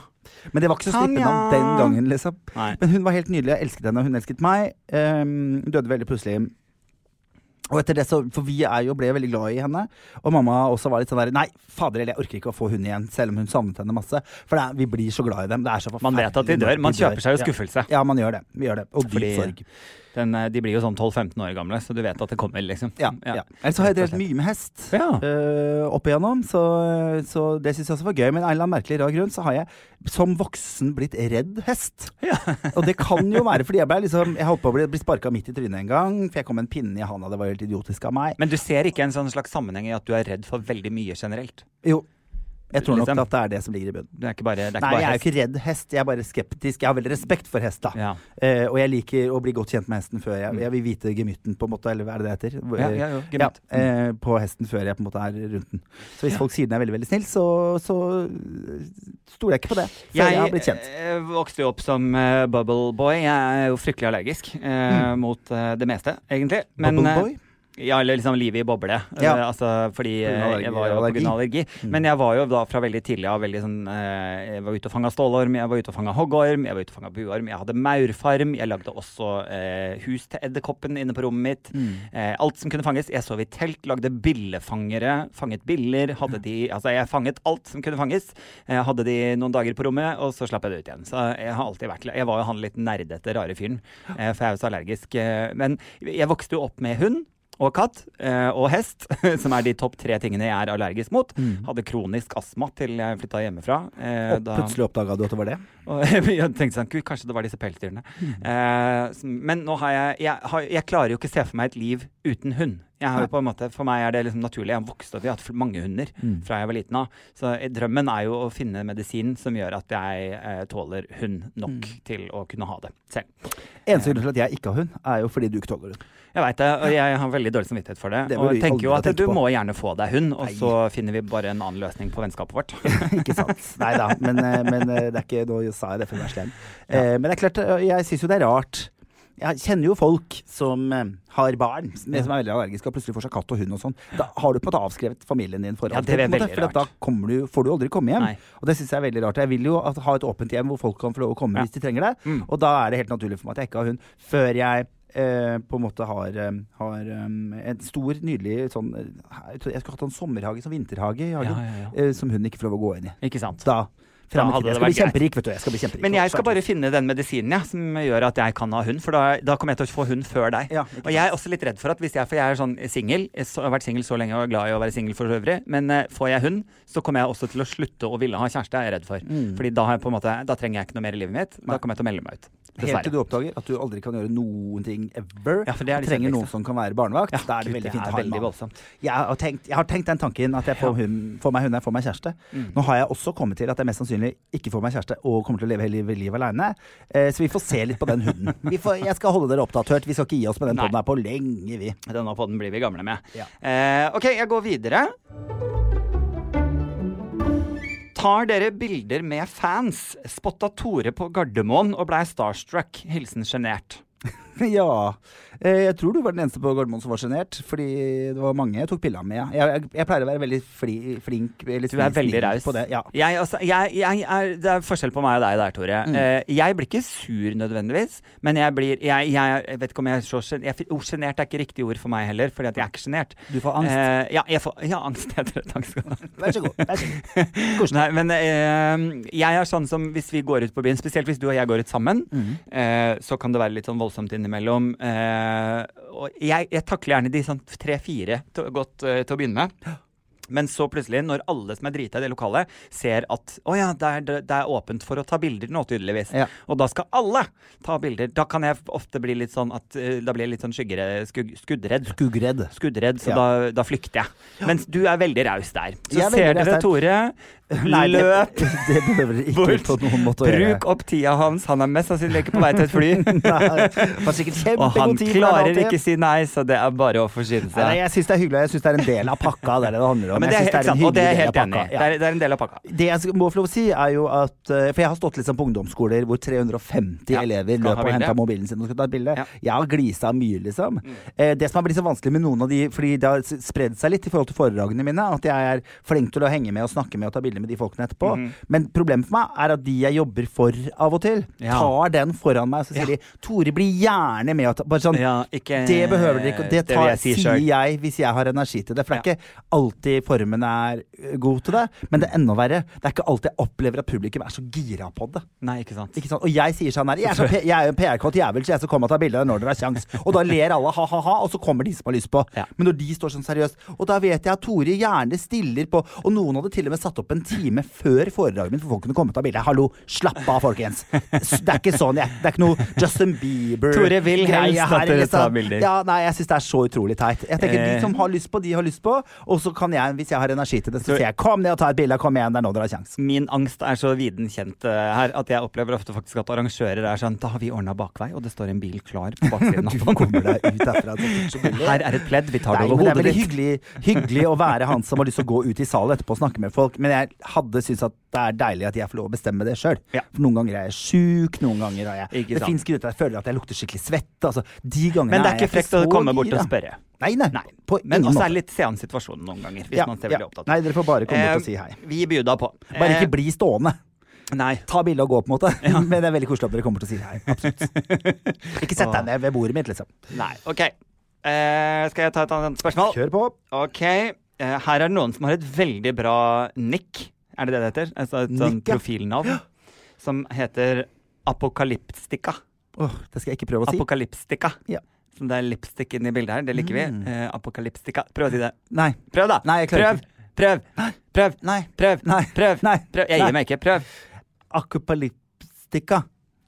Speaker 2: Men det var ikke så strippernavn
Speaker 1: Tanja!
Speaker 2: den gangen, liksom.
Speaker 1: Nei.
Speaker 2: Men hun var helt nydelig. Jeg elsket henne, og hun elsket meg. Ehm, Hun døde veldig plutselig. Og etter det så, For vi er jo ble veldig glad i henne. Og mamma også var litt sånn der Nei, fader eller jeg orker ikke å få hun igjen. Selv om hun savnet henne masse. For det er, vi blir så glad i dem. Det er så
Speaker 1: Man vet at de dør. Man kjøper seg jo
Speaker 2: skuffelse.
Speaker 1: skuffelse.
Speaker 2: Ja, ja, man gjør det. Vi gjør det. Og dyp
Speaker 1: Fordi-
Speaker 2: sorg.
Speaker 1: Den, eh, de blir jo sånn 12-15 år gamle, så du vet at det kommer, liksom.
Speaker 2: Ja, ja. Ellers så har jeg
Speaker 1: Rett og
Speaker 2: drevet mye med hest.
Speaker 1: Ja.
Speaker 2: eh, opp igjennom, så, så det syns jeg også var gøy. Men av en eller annen merkelig rar grunn så har jeg som voksen blitt redd hest.
Speaker 1: Ja.
Speaker 2: Og det kan jo være fordi jeg ble liksom Jeg holdt på å bli, bli sparka midt i trynet en gang, for jeg kom med en pinne i handa. Det var jo helt idiotisk av meg.
Speaker 1: Men du ser ikke en sånn slags sammenheng i at du er redd for veldig mye generelt?
Speaker 2: Jo, jeg tror nok
Speaker 1: Liksom.
Speaker 2: at det er det som ligger i bunnen.
Speaker 1: Du er ikke bare, det er
Speaker 2: Nei,
Speaker 1: ikke
Speaker 2: jeg
Speaker 1: bare
Speaker 2: er jo ikke redd hest, jeg er bare skeptisk. Jeg har veldig respekt for hest, da.
Speaker 1: Ja.
Speaker 2: Eh, og jeg liker å bli godt kjent med hesten før jeg
Speaker 1: Mm.
Speaker 2: Jeg vil vite gemytten, på en måte, eller hva er det det heter?
Speaker 1: Ja, ja, Mm. jo,
Speaker 2: Ja,
Speaker 1: gemytt.
Speaker 2: eh, på hesten før jeg på en måte er rundt den. Så hvis folk sier den er veldig veldig snill, så, så stoler jeg ikke på det. Før jeg, har blitt kjent.
Speaker 1: eh, vokste jo opp som eh, bubble boy. Jeg er jo fryktelig allergisk eh, mot eh, det meste, egentlig. Men,
Speaker 2: Mm. Bubble
Speaker 1: eh,
Speaker 2: boy?
Speaker 1: Ja, eller liksom livet i boble.
Speaker 2: Ja.
Speaker 1: Eh, altså, fordi
Speaker 2: På grunn av
Speaker 1: eh,
Speaker 2: allergi-
Speaker 1: jeg var jo på grunn av allergi.
Speaker 2: Mm.
Speaker 1: Men jeg var jo da fra veldig tidlig av veldig sånn eh, Jeg var ute og fanga stålorm, jeg var ute og fanga hoggorm, jeg var ute og fanga buorm, jeg hadde maurfarm, jeg lagde også eh, hus til edderkoppen inne på rommet mitt.
Speaker 2: Mm.
Speaker 1: Eh, alt som kunne fanges. Jeg sov i telt, lagde billefangere, fanget biller. Hadde de, altså jeg fanget alt som kunne fanges. Eh, hadde de noen dager på rommet, og så slapp jeg det ut igjen. Så jeg har alltid vært Jeg var jo han litt nerdete, rare fyren, eh, for jeg er jo så allergisk. Eh, men jeg vokste jo opp med hund. Og katt eh, og hest, som er de topp tre tingene jeg er allergisk mot. Hadde kronisk astma til jeg flytta hjemmefra. Eh,
Speaker 2: Mm. Og plutselig oppdaga du at det var det?
Speaker 1: og jeg tenkte sånn, gud, kanskje det var disse pelsdyrene.
Speaker 2: Mm.
Speaker 1: Eh, som- men nå har jeg jeg, har, jeg klarer jo ikke se for meg et liv uten hund. Jeg har jo på en måte, For meg er det liksom naturlig. Jeg har vokst opp, jeg har hatt fl- mange hunder
Speaker 2: Mm.
Speaker 1: fra jeg var liten av. Så eh, drømmen er jo å finne medisin som gjør at jeg eh, tåler hund nok
Speaker 2: Mm.
Speaker 1: til å kunne ha det selv.
Speaker 2: Eneste grunn til at jeg ikke har hund, er jo fordi du ikke tåler hund.
Speaker 1: Jeg veit det, og jeg har veldig dårlig samvittighet for det.
Speaker 2: Det bør
Speaker 1: og
Speaker 2: vi
Speaker 1: tenker jo
Speaker 2: aldri
Speaker 1: at
Speaker 2: tenke
Speaker 1: du
Speaker 2: på.
Speaker 1: må gjerne få deg hund, og
Speaker 2: Nei.
Speaker 1: så finner vi bare en annen løsning på vennskapet vårt.
Speaker 2: Ikke sant? Nei da, men, eh, men eh, det er ikke Nå sa jeg det for å være slem. Eh, Men det er klart, eh, jeg syns jo det er rart. Jeg kjenner jo folk som eh, har barn som som er veldig allergiske og plutselig får seg katt og hund og sånn. Da har du på en måte avskrevet familien din for
Speaker 1: Ja, det
Speaker 2: alltid,
Speaker 1: er
Speaker 2: på en måte,
Speaker 1: veldig
Speaker 2: for at da
Speaker 1: rart.
Speaker 2: kommer du, får du aldri komme hjem.
Speaker 1: Nei.
Speaker 2: Og det syns jeg er veldig rart. Jeg vil jo at, ha et åpent hjem hvor folk kan få lov å komme
Speaker 1: Ja.
Speaker 2: hvis de trenger det.
Speaker 1: Mm.
Speaker 2: Og da er det helt naturlig for meg at jeg ikke har hund før jeg eh, på en måte har, eh, har eh, en stor, nydelig sånn eh, Jeg tror jeg skulle hatt en sommerhage som vinterhage i hagen,
Speaker 1: Ja, ja, ja.
Speaker 2: eh, som hun ikke får lov å gå inn i.
Speaker 1: Ikke sant.
Speaker 2: Da,
Speaker 1: Da
Speaker 2: frem
Speaker 1: hadde
Speaker 2: og til. Jeg
Speaker 1: det
Speaker 2: skal bli
Speaker 1: vært
Speaker 2: kjemperik, vet du. Jeg skal bli kjemperik.
Speaker 1: Men jeg skal bare finne den medisinen ja, som gjør at jeg kan ha hund, for da, da kommer jeg til å få hund før deg.
Speaker 2: Ja, ikke
Speaker 1: og jeg er også litt redd for at hvis jeg For jeg er sånn singel, jeg så- har vært singel så lenge og er glad i å være singel for øvrig, men eh, får jeg hund, så kommer jeg også til å slutte å ville ha kjæreste, er jeg redd for. Fordi da, har jeg på en måte, da trenger jeg ikke noe mer i livet mitt. Da kommer jeg til å melde meg ut.
Speaker 2: Helt til
Speaker 1: Dessverre.
Speaker 2: du oppdager at du aldri kan gjøre noen ting ever.
Speaker 1: Ja, for det er liksom det
Speaker 2: og trenger
Speaker 1: kjedeligste.
Speaker 2: noen som kan være barnevakt. da er det
Speaker 1: Gud,
Speaker 2: veldig fint å
Speaker 1: er
Speaker 2: ha en
Speaker 1: veldig
Speaker 2: mann.
Speaker 1: voldsomt.
Speaker 2: Jeg har, tenkt, jeg har tenkt den tanken at jeg får, hun, får meg hund, jeg får meg kjæreste. Nå har jeg også kommet til at jeg mest sannsynlig ikke får meg kjæreste og kommer til å leve hele livet, livet alene. Eh, så vi får se litt på den hunden. Vi får, jeg skal holde dere oppdatert. Vi skal ikke gi oss med den
Speaker 1: Nei.
Speaker 2: podden her på lenge, vi.
Speaker 1: Denne podden blir vi gamle med.
Speaker 2: Ja.
Speaker 1: Eh, OK, jeg går videre. Tar dere bilder med fans? Spotta Tore på Gardermoen og blei starstruck. Hilsen sjenert.
Speaker 2: ja. Eh, jeg tror du var den eneste på Gardermoen som var sjenert, fordi det var mange jeg tok pilla med. Ja. Jeg, jeg, jeg pleier å være veldig fli, flink. Litt
Speaker 1: Du er
Speaker 2: flink
Speaker 1: veldig raus.
Speaker 2: på det. Ja.
Speaker 1: Jeg, altså, jeg, jeg er, det er forskjell på meg og deg der, Tore.
Speaker 2: Mm.
Speaker 1: Eh, jeg blir ikke sur nødvendigvis, men jeg blir Jeg, jeg, jeg vet ikke om jeg er så sjen- jeg- oh, Sjenert er ikke riktig ord for meg heller, fordi at jeg er ikke sjenert.
Speaker 2: Du får angst.
Speaker 1: Eh, ja, jeg får ja, angst heter det. Takk skal du ha.
Speaker 2: Vær så god. Vær så god.
Speaker 1: Nei, men eh, jeg er sånn som hvis vi går ut på byen, spesielt hvis du og jeg går ut sammen,
Speaker 2: Mm.
Speaker 1: eh, så kan det være litt sånn voldsomt innimellom. Eh, og jeg, jeg takler gjerne de sånn tre-fire til- godt eh, til å begynne med. Men så plutselig, når alle som er drita i det lokalet, ser at å ja, det er, det er åpent for å ta bilder nå, tydeligvis.
Speaker 2: Ja.
Speaker 1: Og da skal alle ta bilder. Da kan jeg ofte bli litt sånn at eh, Da blir jeg litt sånn skyggere, skugg, skuddredd.
Speaker 2: Skuggredd.
Speaker 1: Skuddredd, så
Speaker 2: Ja.
Speaker 1: da, da flykter jeg. Mens du er veldig raus der. Så
Speaker 2: Jeg er
Speaker 1: ser
Speaker 2: veldig raus
Speaker 1: dere
Speaker 2: der.
Speaker 1: Tore.
Speaker 2: Nei, det,
Speaker 1: Løp
Speaker 2: det behøver dere ikke
Speaker 1: bort.
Speaker 2: på noen måte å gjøre.
Speaker 1: Bruk opp tida hans. Han er mest sannsynlig ikke på vei til et fly.
Speaker 2: Nei, har
Speaker 1: Og
Speaker 2: sikkert kjempegod
Speaker 1: han
Speaker 2: tid, men
Speaker 1: klarer
Speaker 2: alltid-
Speaker 1: ikke si nei, så det er bare å forsyne
Speaker 2: Nei, nei,
Speaker 1: seg.
Speaker 2: jeg syns det er hyggelig, og jeg syns det er en del av pakka. Det er det det handler om.
Speaker 1: Ja, men
Speaker 2: Jeg
Speaker 1: det er,
Speaker 2: synes
Speaker 1: ikke
Speaker 2: en
Speaker 1: sant, og det er
Speaker 2: hyggelig
Speaker 1: jeg
Speaker 2: del av
Speaker 1: helt enig
Speaker 2: pakka.
Speaker 1: i.
Speaker 2: Ja.
Speaker 1: Det, er- det er en del av pakka.
Speaker 2: Det jeg sk- må få lov å si, er jo at eh, For jeg har stått litt sånn på ungdomsskoler hvor 350
Speaker 1: Ja,
Speaker 2: elever
Speaker 1: skal
Speaker 2: løp
Speaker 1: ha
Speaker 2: og
Speaker 1: bilde.
Speaker 2: henta mobilen sin og skulle ta et bilde.
Speaker 1: Ja. Mm.
Speaker 2: Jeg har glisa mye, liksom. Eh, Det som har blitt så vanskelig med noen av de, fordi det har s- spredd seg litt i forhold til foredragene mine, at jeg er flink til å henge med og snakke med og ta bilder med de folkene etterpå.
Speaker 1: Mm.
Speaker 2: Men problemet for meg er at de jeg jobber for av og til,
Speaker 1: Ja.
Speaker 2: tar den foran meg, og så sier de 'Tore, bli gjerne med', og ta, bare sånn
Speaker 1: Ja, ikke-
Speaker 2: Det behøver dere ikke, og det,
Speaker 1: det
Speaker 2: tar,
Speaker 1: vil jeg si
Speaker 2: sier
Speaker 1: selv.
Speaker 2: jeg hvis jeg har energi til det. For det er ikke alltid formen er ø, god til det. Men det er enda verre. Det er ikke alltid jeg opplever at publikum er så gira på det.
Speaker 1: Nei, ikke sant.
Speaker 2: Ikke sant? Og jeg sier sånn her Jeg er, så, P- jeg er jo en PR-kåt jævel, så jeg skal komme og ta bilde av deg når dere har kjangs. Og da ler alle ha-ha-ha, og så kommer de som har lyst på.
Speaker 1: Ja.
Speaker 2: Men når de står sånn seriøst Og da vet jeg at Tore gjerne stiller på. Og noen hadde til og med satt opp en time før foredraget mitt for folk kunne komme og ta bilde. Hallo, slapp av, folkens. S- Det er ikke sånn. Jeg, det er ikke noe Justin Bieber
Speaker 1: Tore vil
Speaker 2: greie
Speaker 1: helst
Speaker 2: her,
Speaker 1: at dere
Speaker 2: liksom.
Speaker 1: tar bilder.
Speaker 2: Ja, nei, jeg syns det er så utrolig teit. Jeg tenker
Speaker 1: Eh.
Speaker 2: De som har lyst på, de har lyst på. Og så kan jeg, hvis jeg har energi til det, så sier jeg kom ned og ta et bilde. Kom igjen, det er nå dere har kjangs.
Speaker 1: Min angst er så viden kjent eh, her at jeg opplever ofte faktisk at arrangører er sånn Da har vi ordna bakvei, og det står en bil klar på baksiden av
Speaker 2: Du kommer deg ut derfra. så fort som mulig.
Speaker 1: Her er et pledd, vi tar det
Speaker 2: Nei,
Speaker 1: over
Speaker 2: men det
Speaker 1: hodet
Speaker 2: er veldig
Speaker 1: ditt.
Speaker 2: hyggelig, hyggelig å være han som har lyst til å gå ut i salen etterpå og snakke med folk, men jeg hadde syntes at det er deilig at jeg får lov å bestemme det sjøl.
Speaker 1: Ja.
Speaker 2: For noen ganger er jeg sjuk, noen ganger er jeg
Speaker 1: Ikke
Speaker 2: Det
Speaker 1: sant.
Speaker 2: fins grunner til at jeg føler at jeg lukter skikkelig svette. Altså, de gangene
Speaker 1: Men det er
Speaker 2: jeg
Speaker 1: ikke frekt å
Speaker 2: så
Speaker 1: komme bort og
Speaker 2: gira.
Speaker 1: spørre.
Speaker 2: Nei, nei.
Speaker 1: Nei.
Speaker 2: På
Speaker 1: Men
Speaker 2: ingen
Speaker 1: også er
Speaker 2: måte.
Speaker 1: det litt sean situasjonen noen ganger, hvis
Speaker 2: Ja,
Speaker 1: man ser
Speaker 2: ja.
Speaker 1: veldig opptatt.
Speaker 2: Nei, dere får bare komme
Speaker 1: Eh,
Speaker 2: bort og si hei.
Speaker 1: Vi bjuda på.
Speaker 2: Bare
Speaker 1: Eh,
Speaker 2: ikke bli stående.
Speaker 1: Nei.
Speaker 2: Ta bilde og gå, på en måte. Men det er veldig koselig at dere kommer til å si hei. Absolutt. Ikke sett deg ned ved bordet mitt, liksom.
Speaker 1: Nei. OK. Eh, skal jeg ta et annet spørsmål?
Speaker 2: Kjør på.
Speaker 1: OK. Eh, her er det noen som har et veldig bra nikk. Er det det det heter? Altså et sånn
Speaker 2: Nikk, ja.
Speaker 1: profilnavn som heter Apokalypstika.
Speaker 2: Åh, det skal jeg ikke prøve å si.
Speaker 1: Apokalypstika.
Speaker 2: Ja.
Speaker 1: Som det er lipstick inni bildet her. Det liker vi. Eh, apokalypstika. Prøv å si det.
Speaker 2: Nei.
Speaker 1: Prøv, da!
Speaker 2: Nei, jeg
Speaker 1: prøv!
Speaker 2: klarer
Speaker 1: Prøv! Prøv!
Speaker 2: Nei.
Speaker 1: Prøv!
Speaker 2: Nei.
Speaker 1: Prøv!
Speaker 2: Nei.
Speaker 1: prøv. Jeg
Speaker 2: Nei.
Speaker 1: gir meg ikke. Prøv!
Speaker 2: Akupalyptika.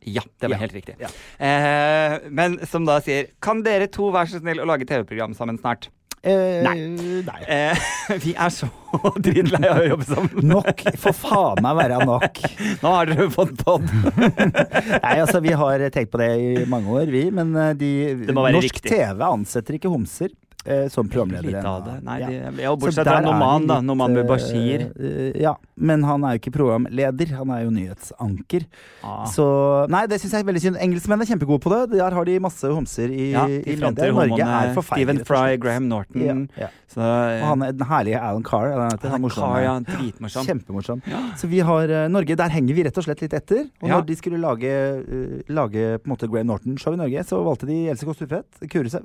Speaker 1: Ja, det var
Speaker 2: Ja.
Speaker 1: helt riktig.
Speaker 2: Ja.
Speaker 1: Eh, men som da sier Kan dere to være så snill å lage TV-program sammen snart?
Speaker 2: nei. nei.
Speaker 1: Eh, vi er så dritlei av å jobbe sammen.
Speaker 2: Nok. For faen meg være nok.
Speaker 1: Nå har dere fått pod.
Speaker 2: Nei, altså, vi har tenkt på det i mange år, vi. Men eh, de,
Speaker 1: Det må være
Speaker 2: norsk
Speaker 1: riktig.
Speaker 2: TV ansetter ikke homser eh, som programledere.
Speaker 1: Lite av det. Nei,
Speaker 2: Ja.
Speaker 1: de, ja,
Speaker 2: Så
Speaker 1: bortsett fra
Speaker 2: der er
Speaker 1: Noman,
Speaker 2: de
Speaker 1: da.
Speaker 2: litt,
Speaker 1: Noman
Speaker 2: eh,
Speaker 1: Mubashir.
Speaker 2: eh, ja, men han er jo ikke programleder, han er jo nyhetsanker.
Speaker 1: Ah.
Speaker 2: Så nei, det syns jeg er veldig synd. Engelskmenn er kjempegode på det. Der har de masse homser i,
Speaker 1: Ja,
Speaker 2: i
Speaker 1: de
Speaker 2: media.
Speaker 1: fronter
Speaker 2: Norge er
Speaker 1: homoene
Speaker 2: forferdelig.
Speaker 1: eh, Stephen Fry, Graham Norton.
Speaker 2: Ja, ja.
Speaker 1: Så, eh,
Speaker 2: Og han er den herlige Alan Carr. eller hva heter han?
Speaker 1: han
Speaker 2: morsomme.
Speaker 1: Carr, ja, dritmorsom.
Speaker 2: Kjempemorsom.
Speaker 1: Ja.
Speaker 2: Så vi har eh, Norge, der henger vi rett og slett litt etter. Og
Speaker 1: Ja.
Speaker 2: når de skulle lage, eh, lage på en måte Graham Norton-show i Norge, så valgte de Else Kåss Furuseth. Kuruseth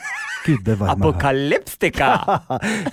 Speaker 2: Gud bevare meg.
Speaker 1: Apokalypstika!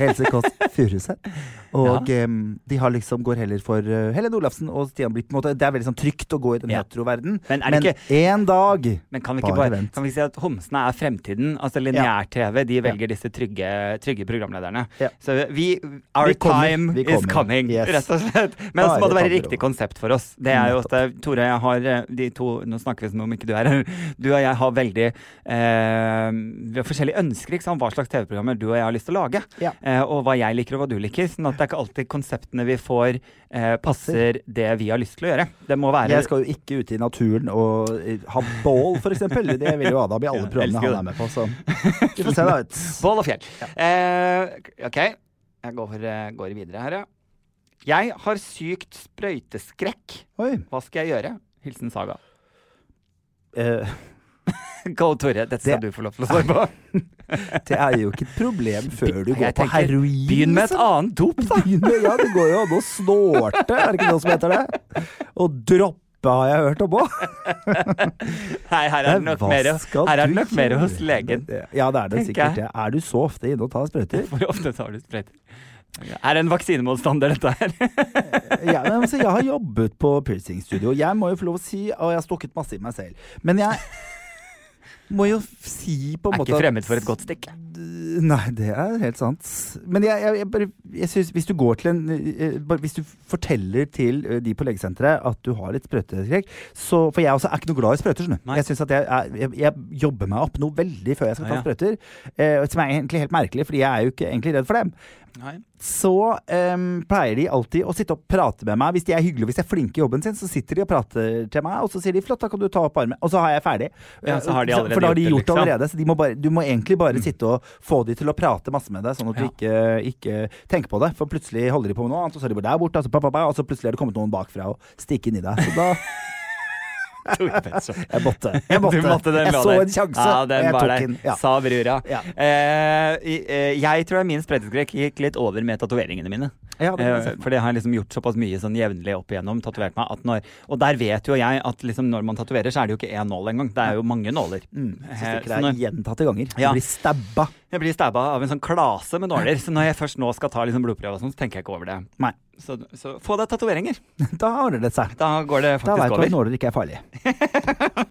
Speaker 2: Else Kåss Furuseth. Og em, de har liksom går heller for eh, Helen Olafsen og Stian Blipp. på en måte. Det er veldig sånn trygt å gå i den
Speaker 1: Ja.
Speaker 2: heteroverdenen.
Speaker 1: Men er det
Speaker 2: en dag
Speaker 1: Men kan vi ikke
Speaker 2: Bare
Speaker 1: bare,
Speaker 2: vent.
Speaker 1: kan vi si at homsene er fremtiden? Altså lineær-TV, de velger disse trygge, trygge programlederne.
Speaker 2: Ja.
Speaker 1: Så vi Our
Speaker 2: Vi kommer,
Speaker 1: time
Speaker 2: vi
Speaker 1: is
Speaker 2: kommer.
Speaker 1: coming,
Speaker 2: Yes.
Speaker 1: rett og slett. Men så
Speaker 2: Bare
Speaker 1: må det være
Speaker 2: tabler
Speaker 1: riktig
Speaker 2: over.
Speaker 1: konsept for oss. Det er jo at eh, Tore, jeg har eh, de to Nå snakker vi som om ikke du er her. Du og jeg har veldig eh, Vi har forskjellige ønsker ikke sant? hva slags TV-programmer du og jeg har lyst til å lage.
Speaker 2: Ja.
Speaker 1: Eh, og hva jeg liker og hva du liker. Sånn at det er ikke alltid konseptene vi får, eh, passer det vi har lyst til å gjøre. Det må være
Speaker 2: Jeg skal jo ikke ut i naturen og eh, ha bål, for eksempel. Det vil jo Adam i alle
Speaker 1: Ja,
Speaker 2: programmene
Speaker 1: elsker
Speaker 2: han
Speaker 1: det.
Speaker 2: er med på, så vi får se, da. vet du.
Speaker 1: Bål og fjell. Eh, OK, jeg går, eh, går videre her, ja. Jeg har sykt sprøyteskrekk.
Speaker 2: Oi.
Speaker 1: Hva skal jeg gjøre? Hilsen Saga.
Speaker 2: Eh,
Speaker 1: Go, Tore. Dette skal
Speaker 2: Det-
Speaker 1: du få lov til å svare på.
Speaker 2: det er jo ikke et problem før du
Speaker 1: Jeg
Speaker 2: går på
Speaker 1: tenker,
Speaker 2: heroin.
Speaker 1: Begynn med et
Speaker 2: liksom.
Speaker 1: annet dop, da.
Speaker 2: Begynn med- Ja, det går jo an å snorte, er det ikke noe som heter det? Og droppe har jeg hørt om òg.
Speaker 1: Nei, her er det nok mer, her er det nok mer hos legen.
Speaker 2: Ja, det er det
Speaker 1: tenker
Speaker 2: sikkert.
Speaker 1: jeg.
Speaker 2: ja. Er du så ofte inne og tar sprøyter?
Speaker 1: Hvor ofte tar du sprøyter? Er det en vaksinemotstander, dette her?
Speaker 2: ja, men, altså, jeg har jobbet på piercingstudio. Jeg må jo få lov å si, og jeg har stukket masse i meg selv, men jeg må jo si på en
Speaker 1: Er
Speaker 2: måte
Speaker 1: ikke
Speaker 2: at-
Speaker 1: fremmed for et godt stikk.
Speaker 2: d- Nei, det er helt sant. Men jeg, jeg, jeg bare jeg synes Hvis du går til en eh, bare Hvis du forteller til eh, de på legesenteret at du har litt sprøyteskrekk så For jeg også er ikke noe glad i sprøyter, skjønner du.
Speaker 1: Nei.
Speaker 2: Jeg synes at jeg, er- jeg, jeg jobber meg opp noe veldig før jeg skal ta
Speaker 1: Ja, ja.
Speaker 2: sprøyter. eh, som er egentlig helt merkelig, fordi jeg er jo ikke egentlig redd for dem.
Speaker 1: Nei.
Speaker 2: Så em, pleier de alltid å sitte og prate med meg. Hvis de er hyggelige og hvis de er flinke i jobben sin, så sitter de og prater til meg, og så sier de 'flott, da kan du ta opp armen', og så har jeg ferdig. Eh,
Speaker 1: Ja, så har de allerede
Speaker 2: For da har de
Speaker 1: gjort det,
Speaker 2: gjort det
Speaker 1: liksom. Mm.
Speaker 2: allerede. Så de må bare, du må egentlig bare sitte og få de til å prate masse med deg, sånn at du ikke, ikke tenker på det. For plutselig holder de på med noe annet, og så er de bare der borte, og så, pa, pa, pa, og så plutselig er det kommet noen bakfra og stikker inn i deg. Så da
Speaker 1: Tore Petterson.
Speaker 2: Jeg måtte. Jeg, måtte.
Speaker 1: Du måtte den
Speaker 2: jeg
Speaker 1: la
Speaker 2: så
Speaker 1: der.
Speaker 2: en sjanse,
Speaker 1: Ja,
Speaker 2: og
Speaker 1: den
Speaker 2: jeg
Speaker 1: var
Speaker 2: tok
Speaker 1: der.
Speaker 2: den. Ja.
Speaker 1: Sa brura.
Speaker 2: Ja.
Speaker 1: Eh, i- eh, jeg tror min sprøyteskrekk gikk litt over med tatoveringene mine.
Speaker 2: Ja, det kan
Speaker 1: Eh,
Speaker 2: jeg se for meg.
Speaker 1: for det har jeg liksom gjort såpass mye sånn jevnlig opp igjennom. Tatovert meg 18 år. Og der vet jo jeg at liksom når man tatoverer, så er det jo ikke én nål engang. Det er jo mange nåler.
Speaker 2: Mm, så
Speaker 1: Eh,
Speaker 2: stikker
Speaker 1: så når-
Speaker 2: deg gjentatte ganger.
Speaker 1: Ja.
Speaker 2: Du blir stabba.
Speaker 1: Jeg blir stabba av en sånn klase med nåler. Så når jeg først nå skal ta liksom blodprøve, og sånn, så tenker jeg ikke over det.
Speaker 2: Nei.
Speaker 1: Så, så få deg tatoveringer.
Speaker 2: Da ordner det seg.
Speaker 1: Da går det
Speaker 2: Da
Speaker 1: faktisk
Speaker 2: veit du at
Speaker 1: over.
Speaker 2: nåler ikke er farlige.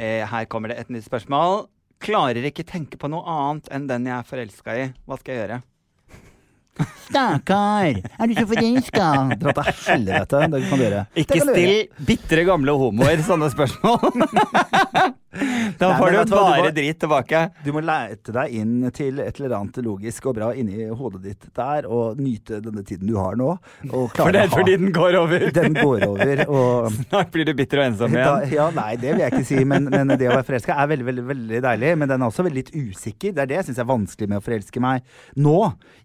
Speaker 1: Eh, her kommer det et nytt spørsmål. Klarer ikke tenke på noe annet enn den jeg er forelska i. Hva skal jeg gjøre?
Speaker 2: Stakkar, er du så forelska? Dra til helvete. Det kan du gjøre. Det
Speaker 1: Ikke
Speaker 2: kan du gjøre.
Speaker 1: still bitre gamle homoer sånne spørsmål. da
Speaker 2: Nei,
Speaker 1: får
Speaker 2: men vet
Speaker 1: du
Speaker 2: du hva, du
Speaker 1: bare
Speaker 2: var-
Speaker 1: drit tilbake.
Speaker 2: Du må lete deg inn til et eller annet logisk og bra inni hodet ditt der, og nyte denne tiden du har nå. Og
Speaker 1: For
Speaker 2: klare
Speaker 1: det er fordi den går over.
Speaker 2: å ha Den går over, og
Speaker 1: Snart blir du bitter og ensom
Speaker 2: da,
Speaker 1: igjen.
Speaker 2: ja, Nei, det vil jeg ikke si, men, men det å være forelska er veldig veldig, veldig deilig. Men den er også veldig litt usikker. Det er det jeg syns er vanskelig med å forelske meg nå,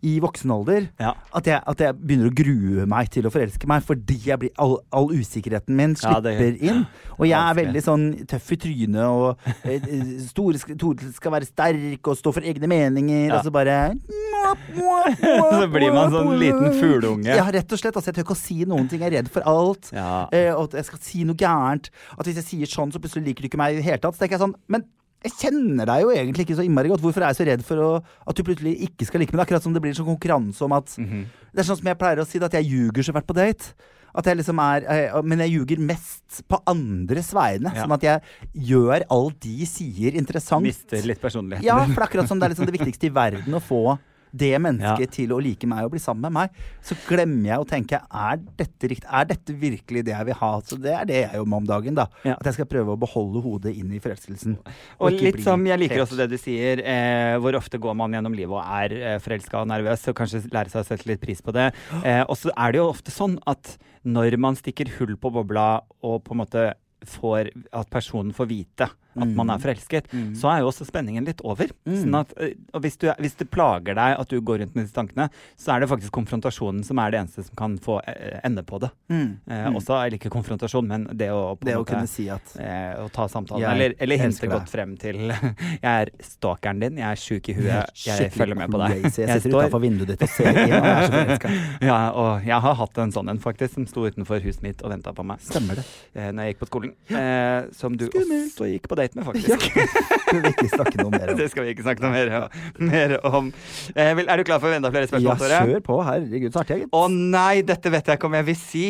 Speaker 2: i voksen alder.
Speaker 1: Ja.
Speaker 2: At, jeg, at jeg begynner å grue meg til å forelske meg fordi jeg blir, all, all usikkerheten min
Speaker 1: Ja,
Speaker 2: slipper
Speaker 1: det-
Speaker 2: inn. Og jeg er
Speaker 1: Vanskelig.
Speaker 2: veldig sånn tøff i trynet og eh, eh, store sk- Tore skal være sterk og stå for egne meninger,
Speaker 1: Ja.
Speaker 2: og så bare
Speaker 1: Så blir man sånn liten fugleunge.
Speaker 2: Ja, rett og slett. Altså, jeg tør ikke å si noen ting. Jeg er redd for alt.
Speaker 1: Ja.
Speaker 2: Eh, og at jeg skal si noe gærent. At hvis jeg sier sånn, så plutselig liker du ikke meg i det hele tatt. Så tenker jeg sånn, men jeg kjenner deg jo egentlig ikke så innmari godt. Hvorfor er jeg så redd for å, at du plutselig ikke skal like meg? Det er Akkurat som det blir en sånn konkurranse om at
Speaker 1: Mhm.
Speaker 2: Det er sånn som jeg pleier å si, det, at jeg ljuger så fælt på date. At jeg liksom er, eh, Men jeg ljuger mest på andres vegne.
Speaker 1: Ja.
Speaker 2: Sånn at jeg gjør alt de sier, interessant.
Speaker 1: Mister litt personlighet.
Speaker 2: Ja, for det er akkurat som det er liksom det viktigste i verden å få det mennesket
Speaker 1: Ja.
Speaker 2: til å like meg og bli sammen med meg. Så glemmer jeg å tenke er dette riktig? Er dette virkelig det jeg vil ha? Så det er det jeg jobber med om dagen. da
Speaker 1: Ja.
Speaker 2: At jeg skal prøve å beholde hodet inn i forelskelsen.
Speaker 1: Og
Speaker 2: ikke
Speaker 1: litt sånn-
Speaker 2: bli
Speaker 1: som jeg liker
Speaker 2: helt-
Speaker 1: også det du sier, eh, hvor ofte går man gjennom livet og er eh, forelska og nervøs, så kanskje lære seg å sette litt pris på det. Eh, og så er det jo ofte sånn at når man stikker hull på bobla og på en måte får at personen får vite at man
Speaker 2: Mm.
Speaker 1: er forelsket, så er jo også spenningen litt over. Sånn at, eh, og hvis, du, hvis det plager deg at du går rundt med disse tankene, så er det faktisk konfrontasjonen som er det eneste som kan få eh, ende på det.
Speaker 2: Mm.
Speaker 1: Eh, Også eller ikke konfrontasjon, men det å på
Speaker 2: Det
Speaker 1: en
Speaker 2: å
Speaker 1: måte
Speaker 2: kunne si at
Speaker 1: Eh, å ta samtalen.
Speaker 2: Jeg
Speaker 1: eller eller hinte
Speaker 2: elsker deg.
Speaker 1: godt frem til Jeg er stalkeren din, jeg er sjuk i huet, jeg
Speaker 2: Skikkelig
Speaker 1: følger med på deg.
Speaker 2: crazy. Jeg sitter utafor vinduet ditt og ser inn, og jeg er så forelska.
Speaker 1: ja, og jeg har hatt en sånn en, faktisk, som sto utenfor huset mitt og venta på meg
Speaker 2: Stemmer det.
Speaker 1: eh, når jeg gikk på skolen. Eh, som du
Speaker 2: Skummelt.
Speaker 1: også gikk på date med, faktisk.
Speaker 2: Ja. Skal vi ikke snakke noe mer om
Speaker 1: Det skal vi ikke snakke noe mer, mer om. Eh, vil- er du klar for enda flere
Speaker 2: Ja,
Speaker 1: spørsmål, Tore?
Speaker 2: kjør på. Herregud, så artig. jeg, gitt.
Speaker 1: Å nei, dette vet jeg ikke om jeg vil si.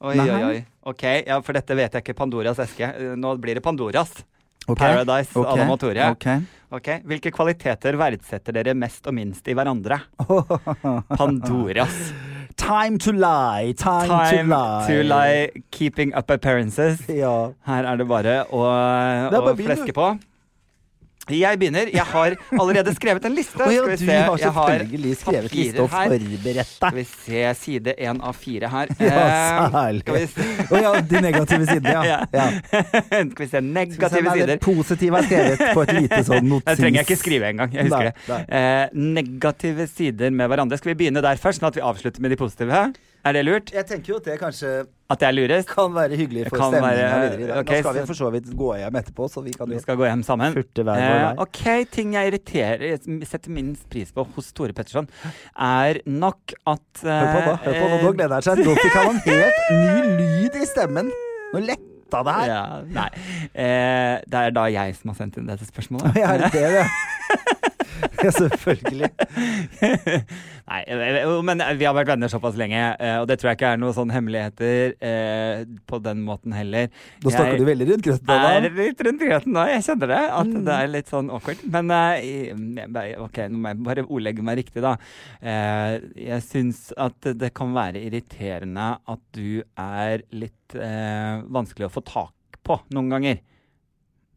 Speaker 1: Oi,
Speaker 2: Nei.
Speaker 1: oi, oi. Ok, ja, for dette vet jeg ikke. Pandoras eske. Eh, Nå blir det Pandoras.
Speaker 2: Ok.
Speaker 1: Paradise,
Speaker 2: Ok.
Speaker 1: Adam og Tore.
Speaker 2: Ok.
Speaker 1: Ok, Hvilke kvaliteter verdsetter dere mest og minst i hverandre? Pandoras.
Speaker 2: Time to lie, time,
Speaker 1: Time
Speaker 2: to lie.
Speaker 1: to lie, keeping up appearances.
Speaker 2: Ja.
Speaker 1: Her er det bare å,
Speaker 2: Det er
Speaker 1: å
Speaker 2: bare å begynne.
Speaker 1: fleske på. Jeg begynner. Jeg har allerede skrevet en liste.
Speaker 2: Å ja,
Speaker 1: Skal vi
Speaker 2: du
Speaker 1: se.
Speaker 2: har
Speaker 1: Jeg har
Speaker 2: selvfølgelig skrevet liste
Speaker 1: papirer
Speaker 2: og
Speaker 1: her.
Speaker 2: forberedt
Speaker 1: Skal
Speaker 2: deg.
Speaker 1: vi se side én av fire her.
Speaker 2: Ja,
Speaker 1: Eh, skal, vi
Speaker 2: særlig.
Speaker 1: se,
Speaker 2: Å ja, de negative sidene, ja.
Speaker 1: Ja.
Speaker 2: ja.
Speaker 1: skal vi se
Speaker 2: Skal vi se,
Speaker 1: negative
Speaker 2: nei, det
Speaker 1: sider.
Speaker 2: Positive er skrevet på et lite sånn notis.
Speaker 1: Det trenger jeg ikke skrive engang. Jeg husker
Speaker 2: Nei,
Speaker 1: det. Eh, negative sider med hverandre. Skal vi begynne der først, sånn at vi avslutter med de positive? Er det lurt?
Speaker 2: Jeg tenker jo at det kanskje
Speaker 1: At det er lurest?
Speaker 2: kan være hyggelig for
Speaker 1: Kan
Speaker 2: stemninga
Speaker 1: være-
Speaker 2: videre i dag.
Speaker 1: ok,
Speaker 2: Nå skal vi
Speaker 1: så-
Speaker 2: for så vidt gå hjem etterpå, så vi kan
Speaker 1: Vi
Speaker 2: jo
Speaker 1: skal gå hjem sammen.
Speaker 2: furte hver vår
Speaker 1: Eh,
Speaker 2: vei.
Speaker 1: ok, ting jeg irriterer jeg setter minst pris på hos Tore Petterson, er nok at eh,
Speaker 2: Hør på, da. Hør på, nå, nå gleder jeg seg. Nå fikk han en helt ny lyd i stemmen. Nå letta det her.
Speaker 1: Ja, nei. Eh, det er da jeg som har sendt inn dette spørsmålet.
Speaker 2: Ja, er det det, ja? Ja, selvfølgelig.
Speaker 1: Nei, eh, jo, men vi har vært venner såpass lenge, eh, og det tror jeg ikke er noen sånne hemmeligheter eh, på den måten heller.
Speaker 2: Da snakker
Speaker 1: Jeg-
Speaker 2: du veldig rundt grøten.
Speaker 1: er
Speaker 2: Anna.
Speaker 1: litt rundt grøten nå. Jeg kjenner det. At det er litt sånn awkward. Men eh, jeg bare, OK, nå må jeg bare ordlegge meg riktig, da. Eh, jeg syns at det kan være irriterende at du er litt eh, vanskelig å få tak på noen ganger.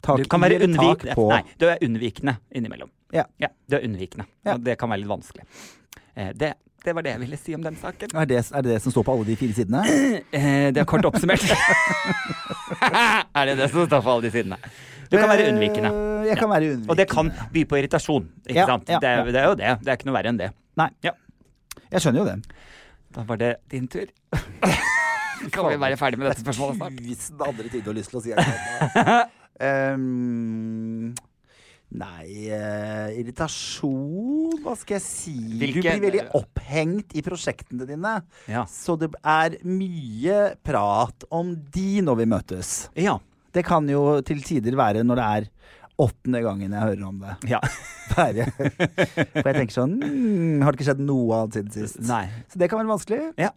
Speaker 2: Tak
Speaker 1: du kan
Speaker 2: i
Speaker 1: være
Speaker 2: eller tak
Speaker 1: unnvik-
Speaker 2: på.
Speaker 1: Nei, du er unnvikende innimellom.
Speaker 2: Ja.
Speaker 1: du er unnvikende.
Speaker 2: Ja.
Speaker 1: Og det kan være litt vanskelig. Eh, det, det var det jeg ville si om den saken.
Speaker 2: Er det, er det det som står på alle de fire sidene?
Speaker 1: Eh, det er kort oppsummert. er det det som står for alle de sidene? Du kan være unnvikende.
Speaker 2: Eh, Jeg kan være unnvikende.
Speaker 1: Og det kan by på irritasjon. Ikke
Speaker 2: Ja,
Speaker 1: sant?
Speaker 2: ja,
Speaker 1: det,
Speaker 2: ja.
Speaker 1: er, det er jo det. Det er ikke noe verre enn det.
Speaker 2: Jeg skjønner jo det.
Speaker 1: Da var det din tur. kan vi være ferdig med dette spørsmålet snart?
Speaker 2: Tusen andre ting du har lyst til å si. Alexander. Ehm, nei eh, Irritasjon Hva skal jeg si? Du
Speaker 1: Hvilke-
Speaker 2: blir veldig opphengt i prosjektene dine.
Speaker 1: Ja.
Speaker 2: Så det er mye prat om de når vi møtes.
Speaker 1: Ja.
Speaker 2: Det kan jo til tider være når det er åttende gangen jeg hører om det.
Speaker 1: ja.
Speaker 2: Være. For jeg tenker sånn mm, Har det ikke skjedd noe annet siden sist?
Speaker 1: Nei.
Speaker 2: Så det kan være vanskelig.
Speaker 1: Ja.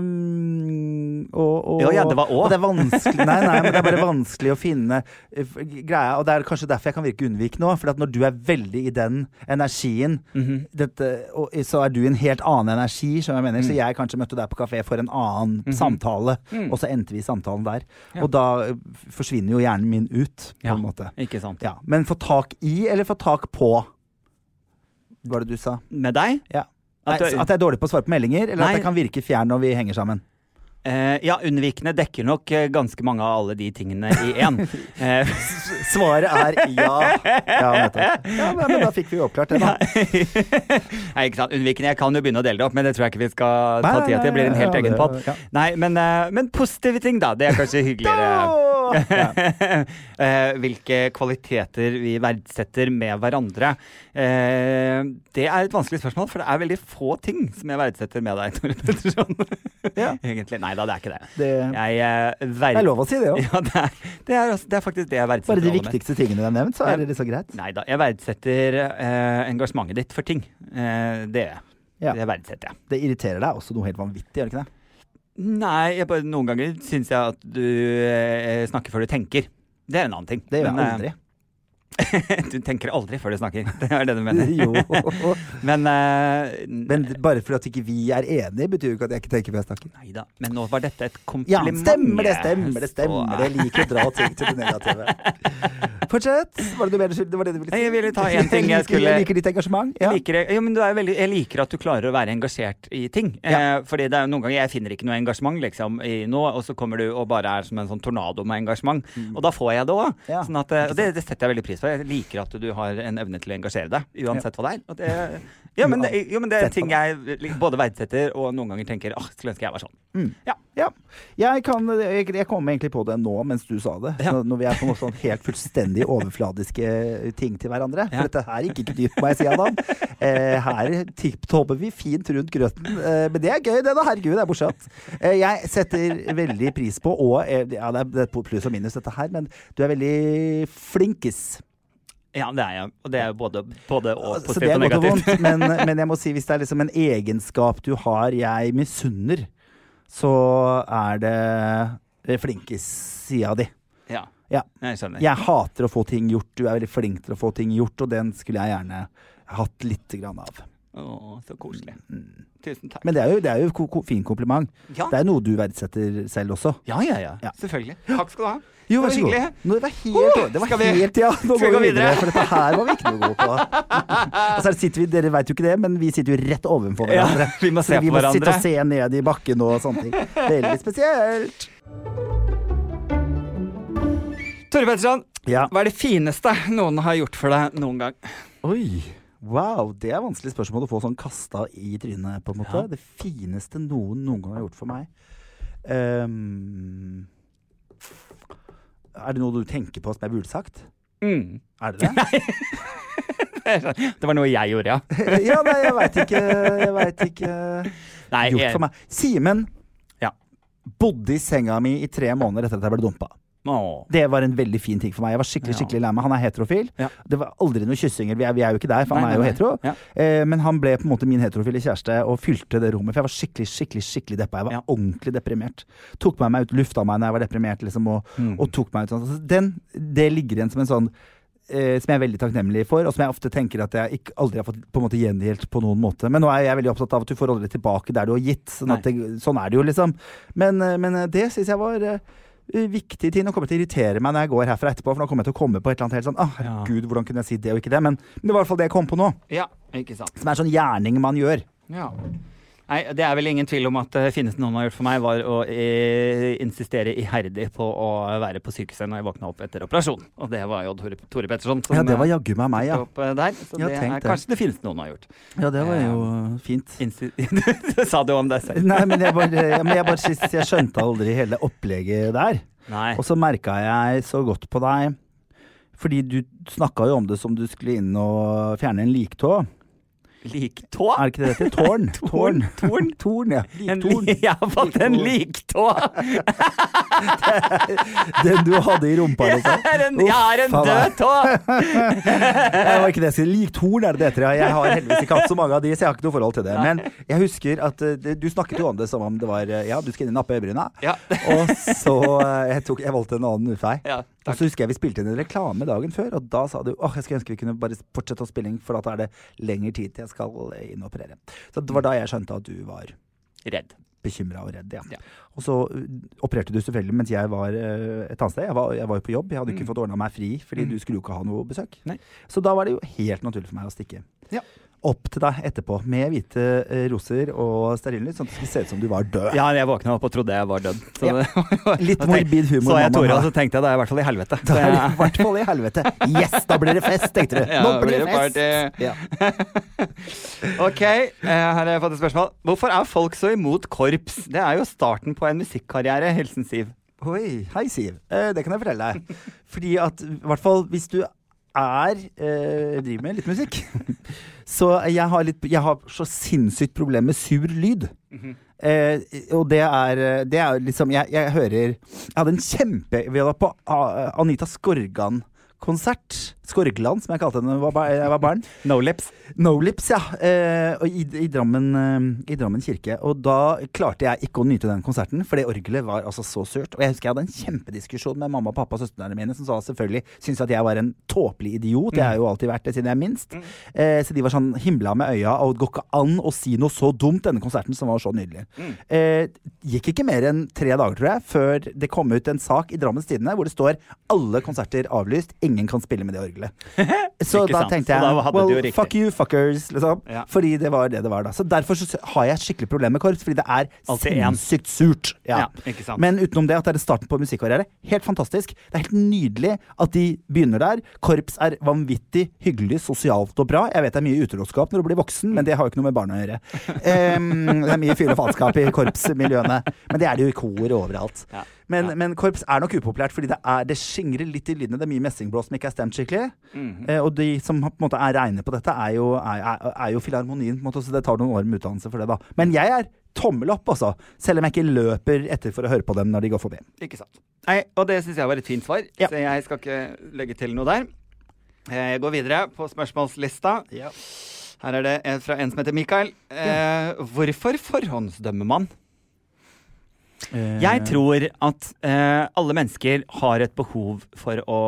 Speaker 2: Ehm, og, og,
Speaker 1: Ja, ja, det var å.
Speaker 2: og det er vanskelig Nei, nei, men det er bare vanskelig å finne eh, f- greia. Og det er kanskje derfor jeg kan virke unnvik nå. For at når du er veldig i den energien,
Speaker 1: Mhm.
Speaker 2: dette, og, eh, så er du i en helt annen energi, som jeg mener.
Speaker 1: Mm.
Speaker 2: Så jeg kanskje møtte deg på kafé for en annen samtale, og
Speaker 1: Mm.
Speaker 2: så endte vi i samtalen der.
Speaker 1: Mhm. Ja.
Speaker 2: Og da eh, forsvinner jo hjernen min ut, på
Speaker 1: Ja.
Speaker 2: en måte.
Speaker 1: Ikke sant.
Speaker 2: Ja. Men få tak i, eller få tak på? Hva var det du sa?
Speaker 1: Med deg?
Speaker 2: Ja.
Speaker 1: At
Speaker 2: Nei, At,
Speaker 1: du er,
Speaker 2: jeg er dårlig på å svare på meldinger, eller
Speaker 1: Nei.
Speaker 2: at jeg kan virke fjern når vi henger sammen.
Speaker 1: eh, ja, unnvikende dekker nok eh, ganske mange av alle de tingene i én. Eh,
Speaker 2: Svaret er ja. Ja, nettopp. ja men, men da fikk vi jo oppklart det, da.
Speaker 1: Nei, ikke sant. Unnvikende. Jeg kan jo begynne å dele det opp, men det tror jeg ikke vi skal ta
Speaker 2: Nei,
Speaker 1: tida til. Det blir en
Speaker 2: nei,
Speaker 1: helt
Speaker 2: ja,
Speaker 1: egen
Speaker 2: det-
Speaker 1: pod.
Speaker 2: ja.
Speaker 1: Nei, men, eh, men positive ting, da. Det er kanskje hyggeligere.
Speaker 2: Ja.
Speaker 1: Eh, Hvilke kvaliteter vi verdsetter med hverandre. Eh, Det er et vanskelig spørsmål, for det er veldig få ting som jeg verdsetter med deg, Tore Petterson.
Speaker 2: Ja,
Speaker 1: Egentlig. Nei da, det er ikke det.
Speaker 2: det,
Speaker 1: Jeg eh,
Speaker 2: det er
Speaker 1: verd...
Speaker 2: lov å si det òg.
Speaker 1: Ja, det er, det, er, altså- det er faktisk det jeg verdsetter.
Speaker 2: Bare de
Speaker 1: aller mest.
Speaker 2: viktigste tingene du har nevnt, så er det liksom greit.
Speaker 1: Nei da. Jeg verdsetter eh, engasjementet ditt for ting. Eh, det gjør jeg.
Speaker 2: Ja.
Speaker 1: Det verdsetter jeg.
Speaker 2: Det irriterer deg også noe helt vanvittig, gjør det ikke det?
Speaker 1: Nei, jeg bare, noen ganger syns jeg at du eh, snakker før du tenker. Det er en annen ting.
Speaker 2: Det gjør jeg
Speaker 1: Men, eh,
Speaker 2: aldri.
Speaker 1: Du tenker aldri før du snakker. Det er det du mener.
Speaker 2: Jo.
Speaker 1: Men, eh,
Speaker 2: Men bare fordi at ikke vi er enige, betyr jo ikke at jeg ikke tenker på jeg snakker.
Speaker 1: Nei da. Men nå var dette et
Speaker 2: Ja,
Speaker 1: kompliment.
Speaker 2: stemmer det, stemmer det, stemmer det.
Speaker 1: Så-
Speaker 2: Jeg liker å dra ting til det negative. Fortsett. Var det du mer skyld? Det var det du ville si?
Speaker 1: Nei, jeg ville ta en ting jeg
Speaker 2: liker-
Speaker 1: skulle-
Speaker 2: Jeg liker ditt engasjement. Ja.
Speaker 1: Jeg liker, det. jo, men du er veldig, jeg liker at du klarer å være engasjert i ting. Eh, fordi det er jo noen ganger jeg finner ikke noe engasjement liksom, i noe, og så kommer du og bare er som en sånn tornado med engasjement. Og da får jeg det òg.
Speaker 2: Mm. Ja,
Speaker 1: Sånn at, eh, og det, det setter jeg veldig pris på. Jeg liker at du har en evne til å engasjere deg, uansett hva det er. Og det, ja, men det, jo, men det er
Speaker 2: Uansett
Speaker 1: ting jeg li- både verdsetter og noen ganger tenker åh, skulle ønske jeg var sånn.
Speaker 2: Ja. Jeg, kan, jeg, jeg kom egentlig på det nå mens du sa det.
Speaker 1: Ja.
Speaker 2: Når- Når vi er på noe sånn helt fullstendig overfladiske ting til hverandre.
Speaker 1: Ja.
Speaker 2: For dette her gikk ikke dypt, må jeg si, Adam. Eh, her tipptopper vi fint rundt grøten. Eh, men det er gøy, det da. Herregud, det er morsomt. Eh, jeg setter veldig pris på, og eh, ja, det er- det er pluss og minus dette her, men du er veldig flinkis.
Speaker 1: Ja, det er jeg. Og det er jo både, både og
Speaker 2: Så det
Speaker 1: positivt
Speaker 2: er
Speaker 1: og
Speaker 2: godt og
Speaker 1: negativt.
Speaker 2: vondt, men, men jeg må si hvis det er liksom en egenskap du har jeg misunner, så er det eh, flinkis-sida di.
Speaker 1: Ja.
Speaker 2: Ja.
Speaker 1: Jeg skjønner.
Speaker 2: Jeg hater å få ting gjort. Du er veldig flink til å få ting gjort, og den skulle jeg gjerne hatt litt grann av.
Speaker 1: Å, så koselig.
Speaker 2: Mm.
Speaker 1: Tusen takk.
Speaker 2: Men det er jo, det er jo ko ko fin kompliment.
Speaker 1: Ja.
Speaker 2: Det er noe du verdsetter selv også.
Speaker 1: Ja, ja, ja,
Speaker 2: Ja.
Speaker 1: Selvfølgelig. Takk skal du ha. Det
Speaker 2: Jo,
Speaker 1: var
Speaker 2: vær så god.
Speaker 1: hyggelig.
Speaker 2: Nå, det var helt,
Speaker 1: Oh,
Speaker 2: det var
Speaker 1: skal vi-
Speaker 2: helt ja. Nå
Speaker 1: skal vi
Speaker 2: går
Speaker 1: gå
Speaker 2: vi videre,
Speaker 1: videre?
Speaker 2: for dette her var vi ikke noe gode på. Og så sitter vi, Dere vet jo ikke det, men vi sitter jo rett ovenfor
Speaker 1: Ja,
Speaker 2: hverandre.
Speaker 1: vi må
Speaker 2: Så
Speaker 1: se
Speaker 2: vi
Speaker 1: på
Speaker 2: må sitte
Speaker 1: hverandre.
Speaker 2: og se ned i bakken og sånne ting. Veldig spesielt.
Speaker 1: Tore Petterson,
Speaker 2: Ja.
Speaker 1: hva er det fineste noen har gjort for deg noen gang?
Speaker 2: Oi. Wow, det er vanskelig spørsmål å få sånn kasta i trynet, på en måte.
Speaker 1: Ja.
Speaker 2: Det fineste noen noen gang har gjort for meg. Ehm, er det noe du tenker på som jeg burde sagt?
Speaker 1: Mm.
Speaker 2: Er det det?
Speaker 1: Det var noe jeg gjorde, ja.
Speaker 2: ja, nei, jeg veit ikke. Jeg veit ikke.
Speaker 1: Nei,
Speaker 2: Gjort
Speaker 1: jeg-
Speaker 2: for meg. Simen
Speaker 1: Ja.
Speaker 2: bodde i senga mi i tre måneder etter at jeg ble dumpa.
Speaker 1: Åh.
Speaker 2: Det var en veldig fin ting for meg. Jeg var skikkelig,
Speaker 1: Ja.
Speaker 2: skikkelig lei meg. Han er heterofil.
Speaker 1: Ja.
Speaker 2: Det var aldri noe kyssinger. Vi er, vi er jo ikke der, for
Speaker 1: Nei,
Speaker 2: han er jo
Speaker 1: nei, nei.
Speaker 2: hetero.
Speaker 1: Ja.
Speaker 2: Eh, men han ble på en måte min heterofile kjæreste og fylte det rommet. For jeg var skikkelig skikkelig, skikkelig deppa. Jeg var
Speaker 1: Ja.
Speaker 2: ordentlig deprimert. Tok meg meg ut, lufta meg når jeg var deprimert, liksom, og, og tok meg ut sånn. Så Den, det ligger igjen som en sånn eh, som jeg er veldig takknemlig for, og som jeg ofte tenker at jeg ikke, aldri har fått på en måte gjengjeldt på noen måte. Men nå er jeg veldig opptatt av at du får aldri tilbake der du har gitt. Sånn, at det, sånn er det jo, liksom. Men, eh, men eh, det syns jeg var eh, viktig ting. Nå kommer det til å irritere meg når jeg går herfra etterpå, for nå kommer jeg til å komme på et eller annet helt sånn ah,
Speaker 1: Ja.
Speaker 2: herregud, hvordan kunne jeg si det og ikke det? Men, men det var i hvert fall det jeg kom på nå.
Speaker 1: Ja, ikke sant.
Speaker 2: Som er sånn gjerning man gjør.
Speaker 1: Ja. Nei, det er vel ingen tvil om at det fineste noen har gjort for meg, var å eh, insistere iherdig på å være på sykehuset når jeg våkna opp etter operasjon. Og det var jo Tore, Tore Petterson som
Speaker 2: Ja, det var
Speaker 1: eh,
Speaker 2: jaggu meg meg, ja.
Speaker 1: tok opp eh, der. Så
Speaker 2: Ja,
Speaker 1: det
Speaker 2: tenk
Speaker 1: er
Speaker 2: det.
Speaker 1: kanskje det fineste noen har gjort.
Speaker 2: Ja, det var jo fint.
Speaker 1: Insti Sa du om deg selv?
Speaker 2: Nei, men jeg bare, ja, men jeg, bare syns- jeg skjønte aldri hele opplegget der.
Speaker 1: Nei.
Speaker 2: Og så merka jeg så godt på deg, fordi du snakka jo om det som du skulle inn og fjerne en liktå.
Speaker 1: Liktå?
Speaker 2: Er det ikke det det heter? Tårn?
Speaker 1: Torn. Torn.
Speaker 2: Torn, ja.
Speaker 1: En,
Speaker 2: Liktorn.
Speaker 1: li- jeg har fått en
Speaker 2: Liktå.
Speaker 1: liktå!
Speaker 2: Den du hadde i rumpa,
Speaker 1: Jeg
Speaker 2: liksom.
Speaker 1: er en, jeg er en
Speaker 2: Uff, faen meg.
Speaker 1: død tå!
Speaker 2: Det var ikke det jeg skulle Liktorn er det det heter, ja. Jeg har heldigvis ikke hatt så mange av de, så jeg har ikke noe forhold til det. Men jeg husker at eh, det- du snakket jo om det som om det var eh, Ja, du skal inn og nappe øyebryna.
Speaker 1: Ja.
Speaker 2: Og så eh, jeg, tok, jeg valgte en annen utvei.
Speaker 1: Ja,
Speaker 2: og
Speaker 1: takk.
Speaker 2: så husker jeg vi spilte inn en reklame dagen før, og da sa du åh, jeg skulle ønske vi kunne bare fortsette å spille inn, for da er det lengre tid til jeg skal eh, inn og operere. Så det var da jeg skjønte at du var
Speaker 1: Redd.
Speaker 2: bekymra og redd. Ja.
Speaker 1: Ja.
Speaker 2: Og så uh, opererte du selvfølgelig mens jeg var uh, et annet sted. Jeg var, jeg var jo på jobb, jeg hadde ikke fått ordna meg fri fordi du skulle jo ikke ha noe besøk.
Speaker 1: Mm. Nei.
Speaker 2: Så da var det jo helt naturlig for meg å stikke.
Speaker 1: Ja.
Speaker 2: Opp til deg etterpå med hvite uh, roser og stearinlys, sånn at det skulle se ut som du var død.
Speaker 1: Ja, jeg våkna opp og trodde jeg var dødd. Så
Speaker 2: Ja.
Speaker 1: det var-
Speaker 2: Litt
Speaker 1: da tenk-
Speaker 2: morbid humor
Speaker 1: Så jeg
Speaker 2: må man
Speaker 1: Tore,
Speaker 2: ha.
Speaker 1: og så tenkte jeg da er jeg i hvert fall i helvete.
Speaker 2: Da
Speaker 1: Så
Speaker 2: er det
Speaker 1: jeg-
Speaker 2: i hvert fall i helvete. Yes, da blir det fest, tenkte du.
Speaker 1: Ja,
Speaker 2: Nå
Speaker 1: da
Speaker 2: blir
Speaker 1: blir
Speaker 2: det
Speaker 1: det
Speaker 2: fest. Ja.
Speaker 1: Ok, eh, her har jeg fått et spørsmål. Hvorfor er folk så imot korps? Det er jo starten på en musikkarriere. Hilsen Siv.
Speaker 2: Oi, hei Siv. Eh, det kan jeg fortelle deg. Fordi at, i hvert fall hvis du er eh, driver med litt musikk. Så jeg har, litt, jeg har så sinnssykt problem med sur lyd. Eh, og det er, det er liksom jeg, jeg hører Jeg hadde en kjempe Vi var på A- Anita Skorgan-konsert. Skorgland, som jeg kalte henne da jeg var bar- jeg var barn.
Speaker 1: No lips.
Speaker 2: No Lips, ja. Eh, og i, i, Drammen, eh, I Drammen kirke. Og da klarte jeg ikke å nyte den konserten, for det orgelet var altså så surt. Og jeg husker jeg hadde en kjempediskusjon med mamma, pappa og søstrene mine, som sa selvfølgelig syntes at jeg var en tåpelig idiot. Jeg har jo alltid vært det siden jeg er minst.
Speaker 1: Mm.
Speaker 2: Eh, så de var sånn himla med øya, og det går ikke an å si noe så dumt denne konserten, som var så nydelig.
Speaker 1: Mm.
Speaker 2: Eh, gikk ikke mer enn tre dager, tror jeg, før det kom ut en sak i Drammens Tidende hvor det står 'alle konserter avlyst', ingen kan spille med det orgelet. Så
Speaker 1: Ikke
Speaker 2: da
Speaker 1: sant.
Speaker 2: tenkte
Speaker 1: Så
Speaker 2: jeg
Speaker 1: da hadde du jo
Speaker 2: well,
Speaker 1: riktig.
Speaker 2: fuck you fuckers, liksom.
Speaker 1: Ja.
Speaker 2: Fordi det var det det var da. Så derfor så har jeg et skikkelig problem med korps, fordi det er
Speaker 1: Alltid en.
Speaker 2: sinnssykt surt.
Speaker 1: Ja, ikke sant.
Speaker 2: Men utenom det at det er starten på en musikkarriere, helt fantastisk. Det er helt nydelig at de begynner der. Korps er vanvittig hyggelig, sosialt og bra. Jeg vet det er mye utroskap når du blir voksen, men det har jo ikke noe med barn å gjøre. Em, det er mye fyll og faenskap i korpsmiljøene, men det er det jo i kor overalt.
Speaker 1: Ja.
Speaker 2: Men,
Speaker 1: Ja.
Speaker 2: men korps er nok upopulært, fordi det, er, det skingrer litt i lydene. Det er mye messingblås som ikke er stemt skikkelig.
Speaker 1: Mhm.
Speaker 2: eh, og de som på en måte er reine på dette, er jo, er, er, er jo filharmonien, på en måte, så det tar noen år med utdannelse for det, da. Men jeg er tommel opp, altså. Selv om jeg ikke løper etter for å høre på dem når de går forbi.
Speaker 1: Ikke sant. Nei, og det syns jeg var et fint svar,
Speaker 2: Ja.
Speaker 1: så jeg skal ikke legge til noe der. Eh, Jeg går videre på spørsmålslista. Her er det en fra en som heter Mikael. Eh, hvorfor forhåndsdømmer man?
Speaker 2: Eh,
Speaker 1: Jeg tror at eh, alle mennesker har et behov for å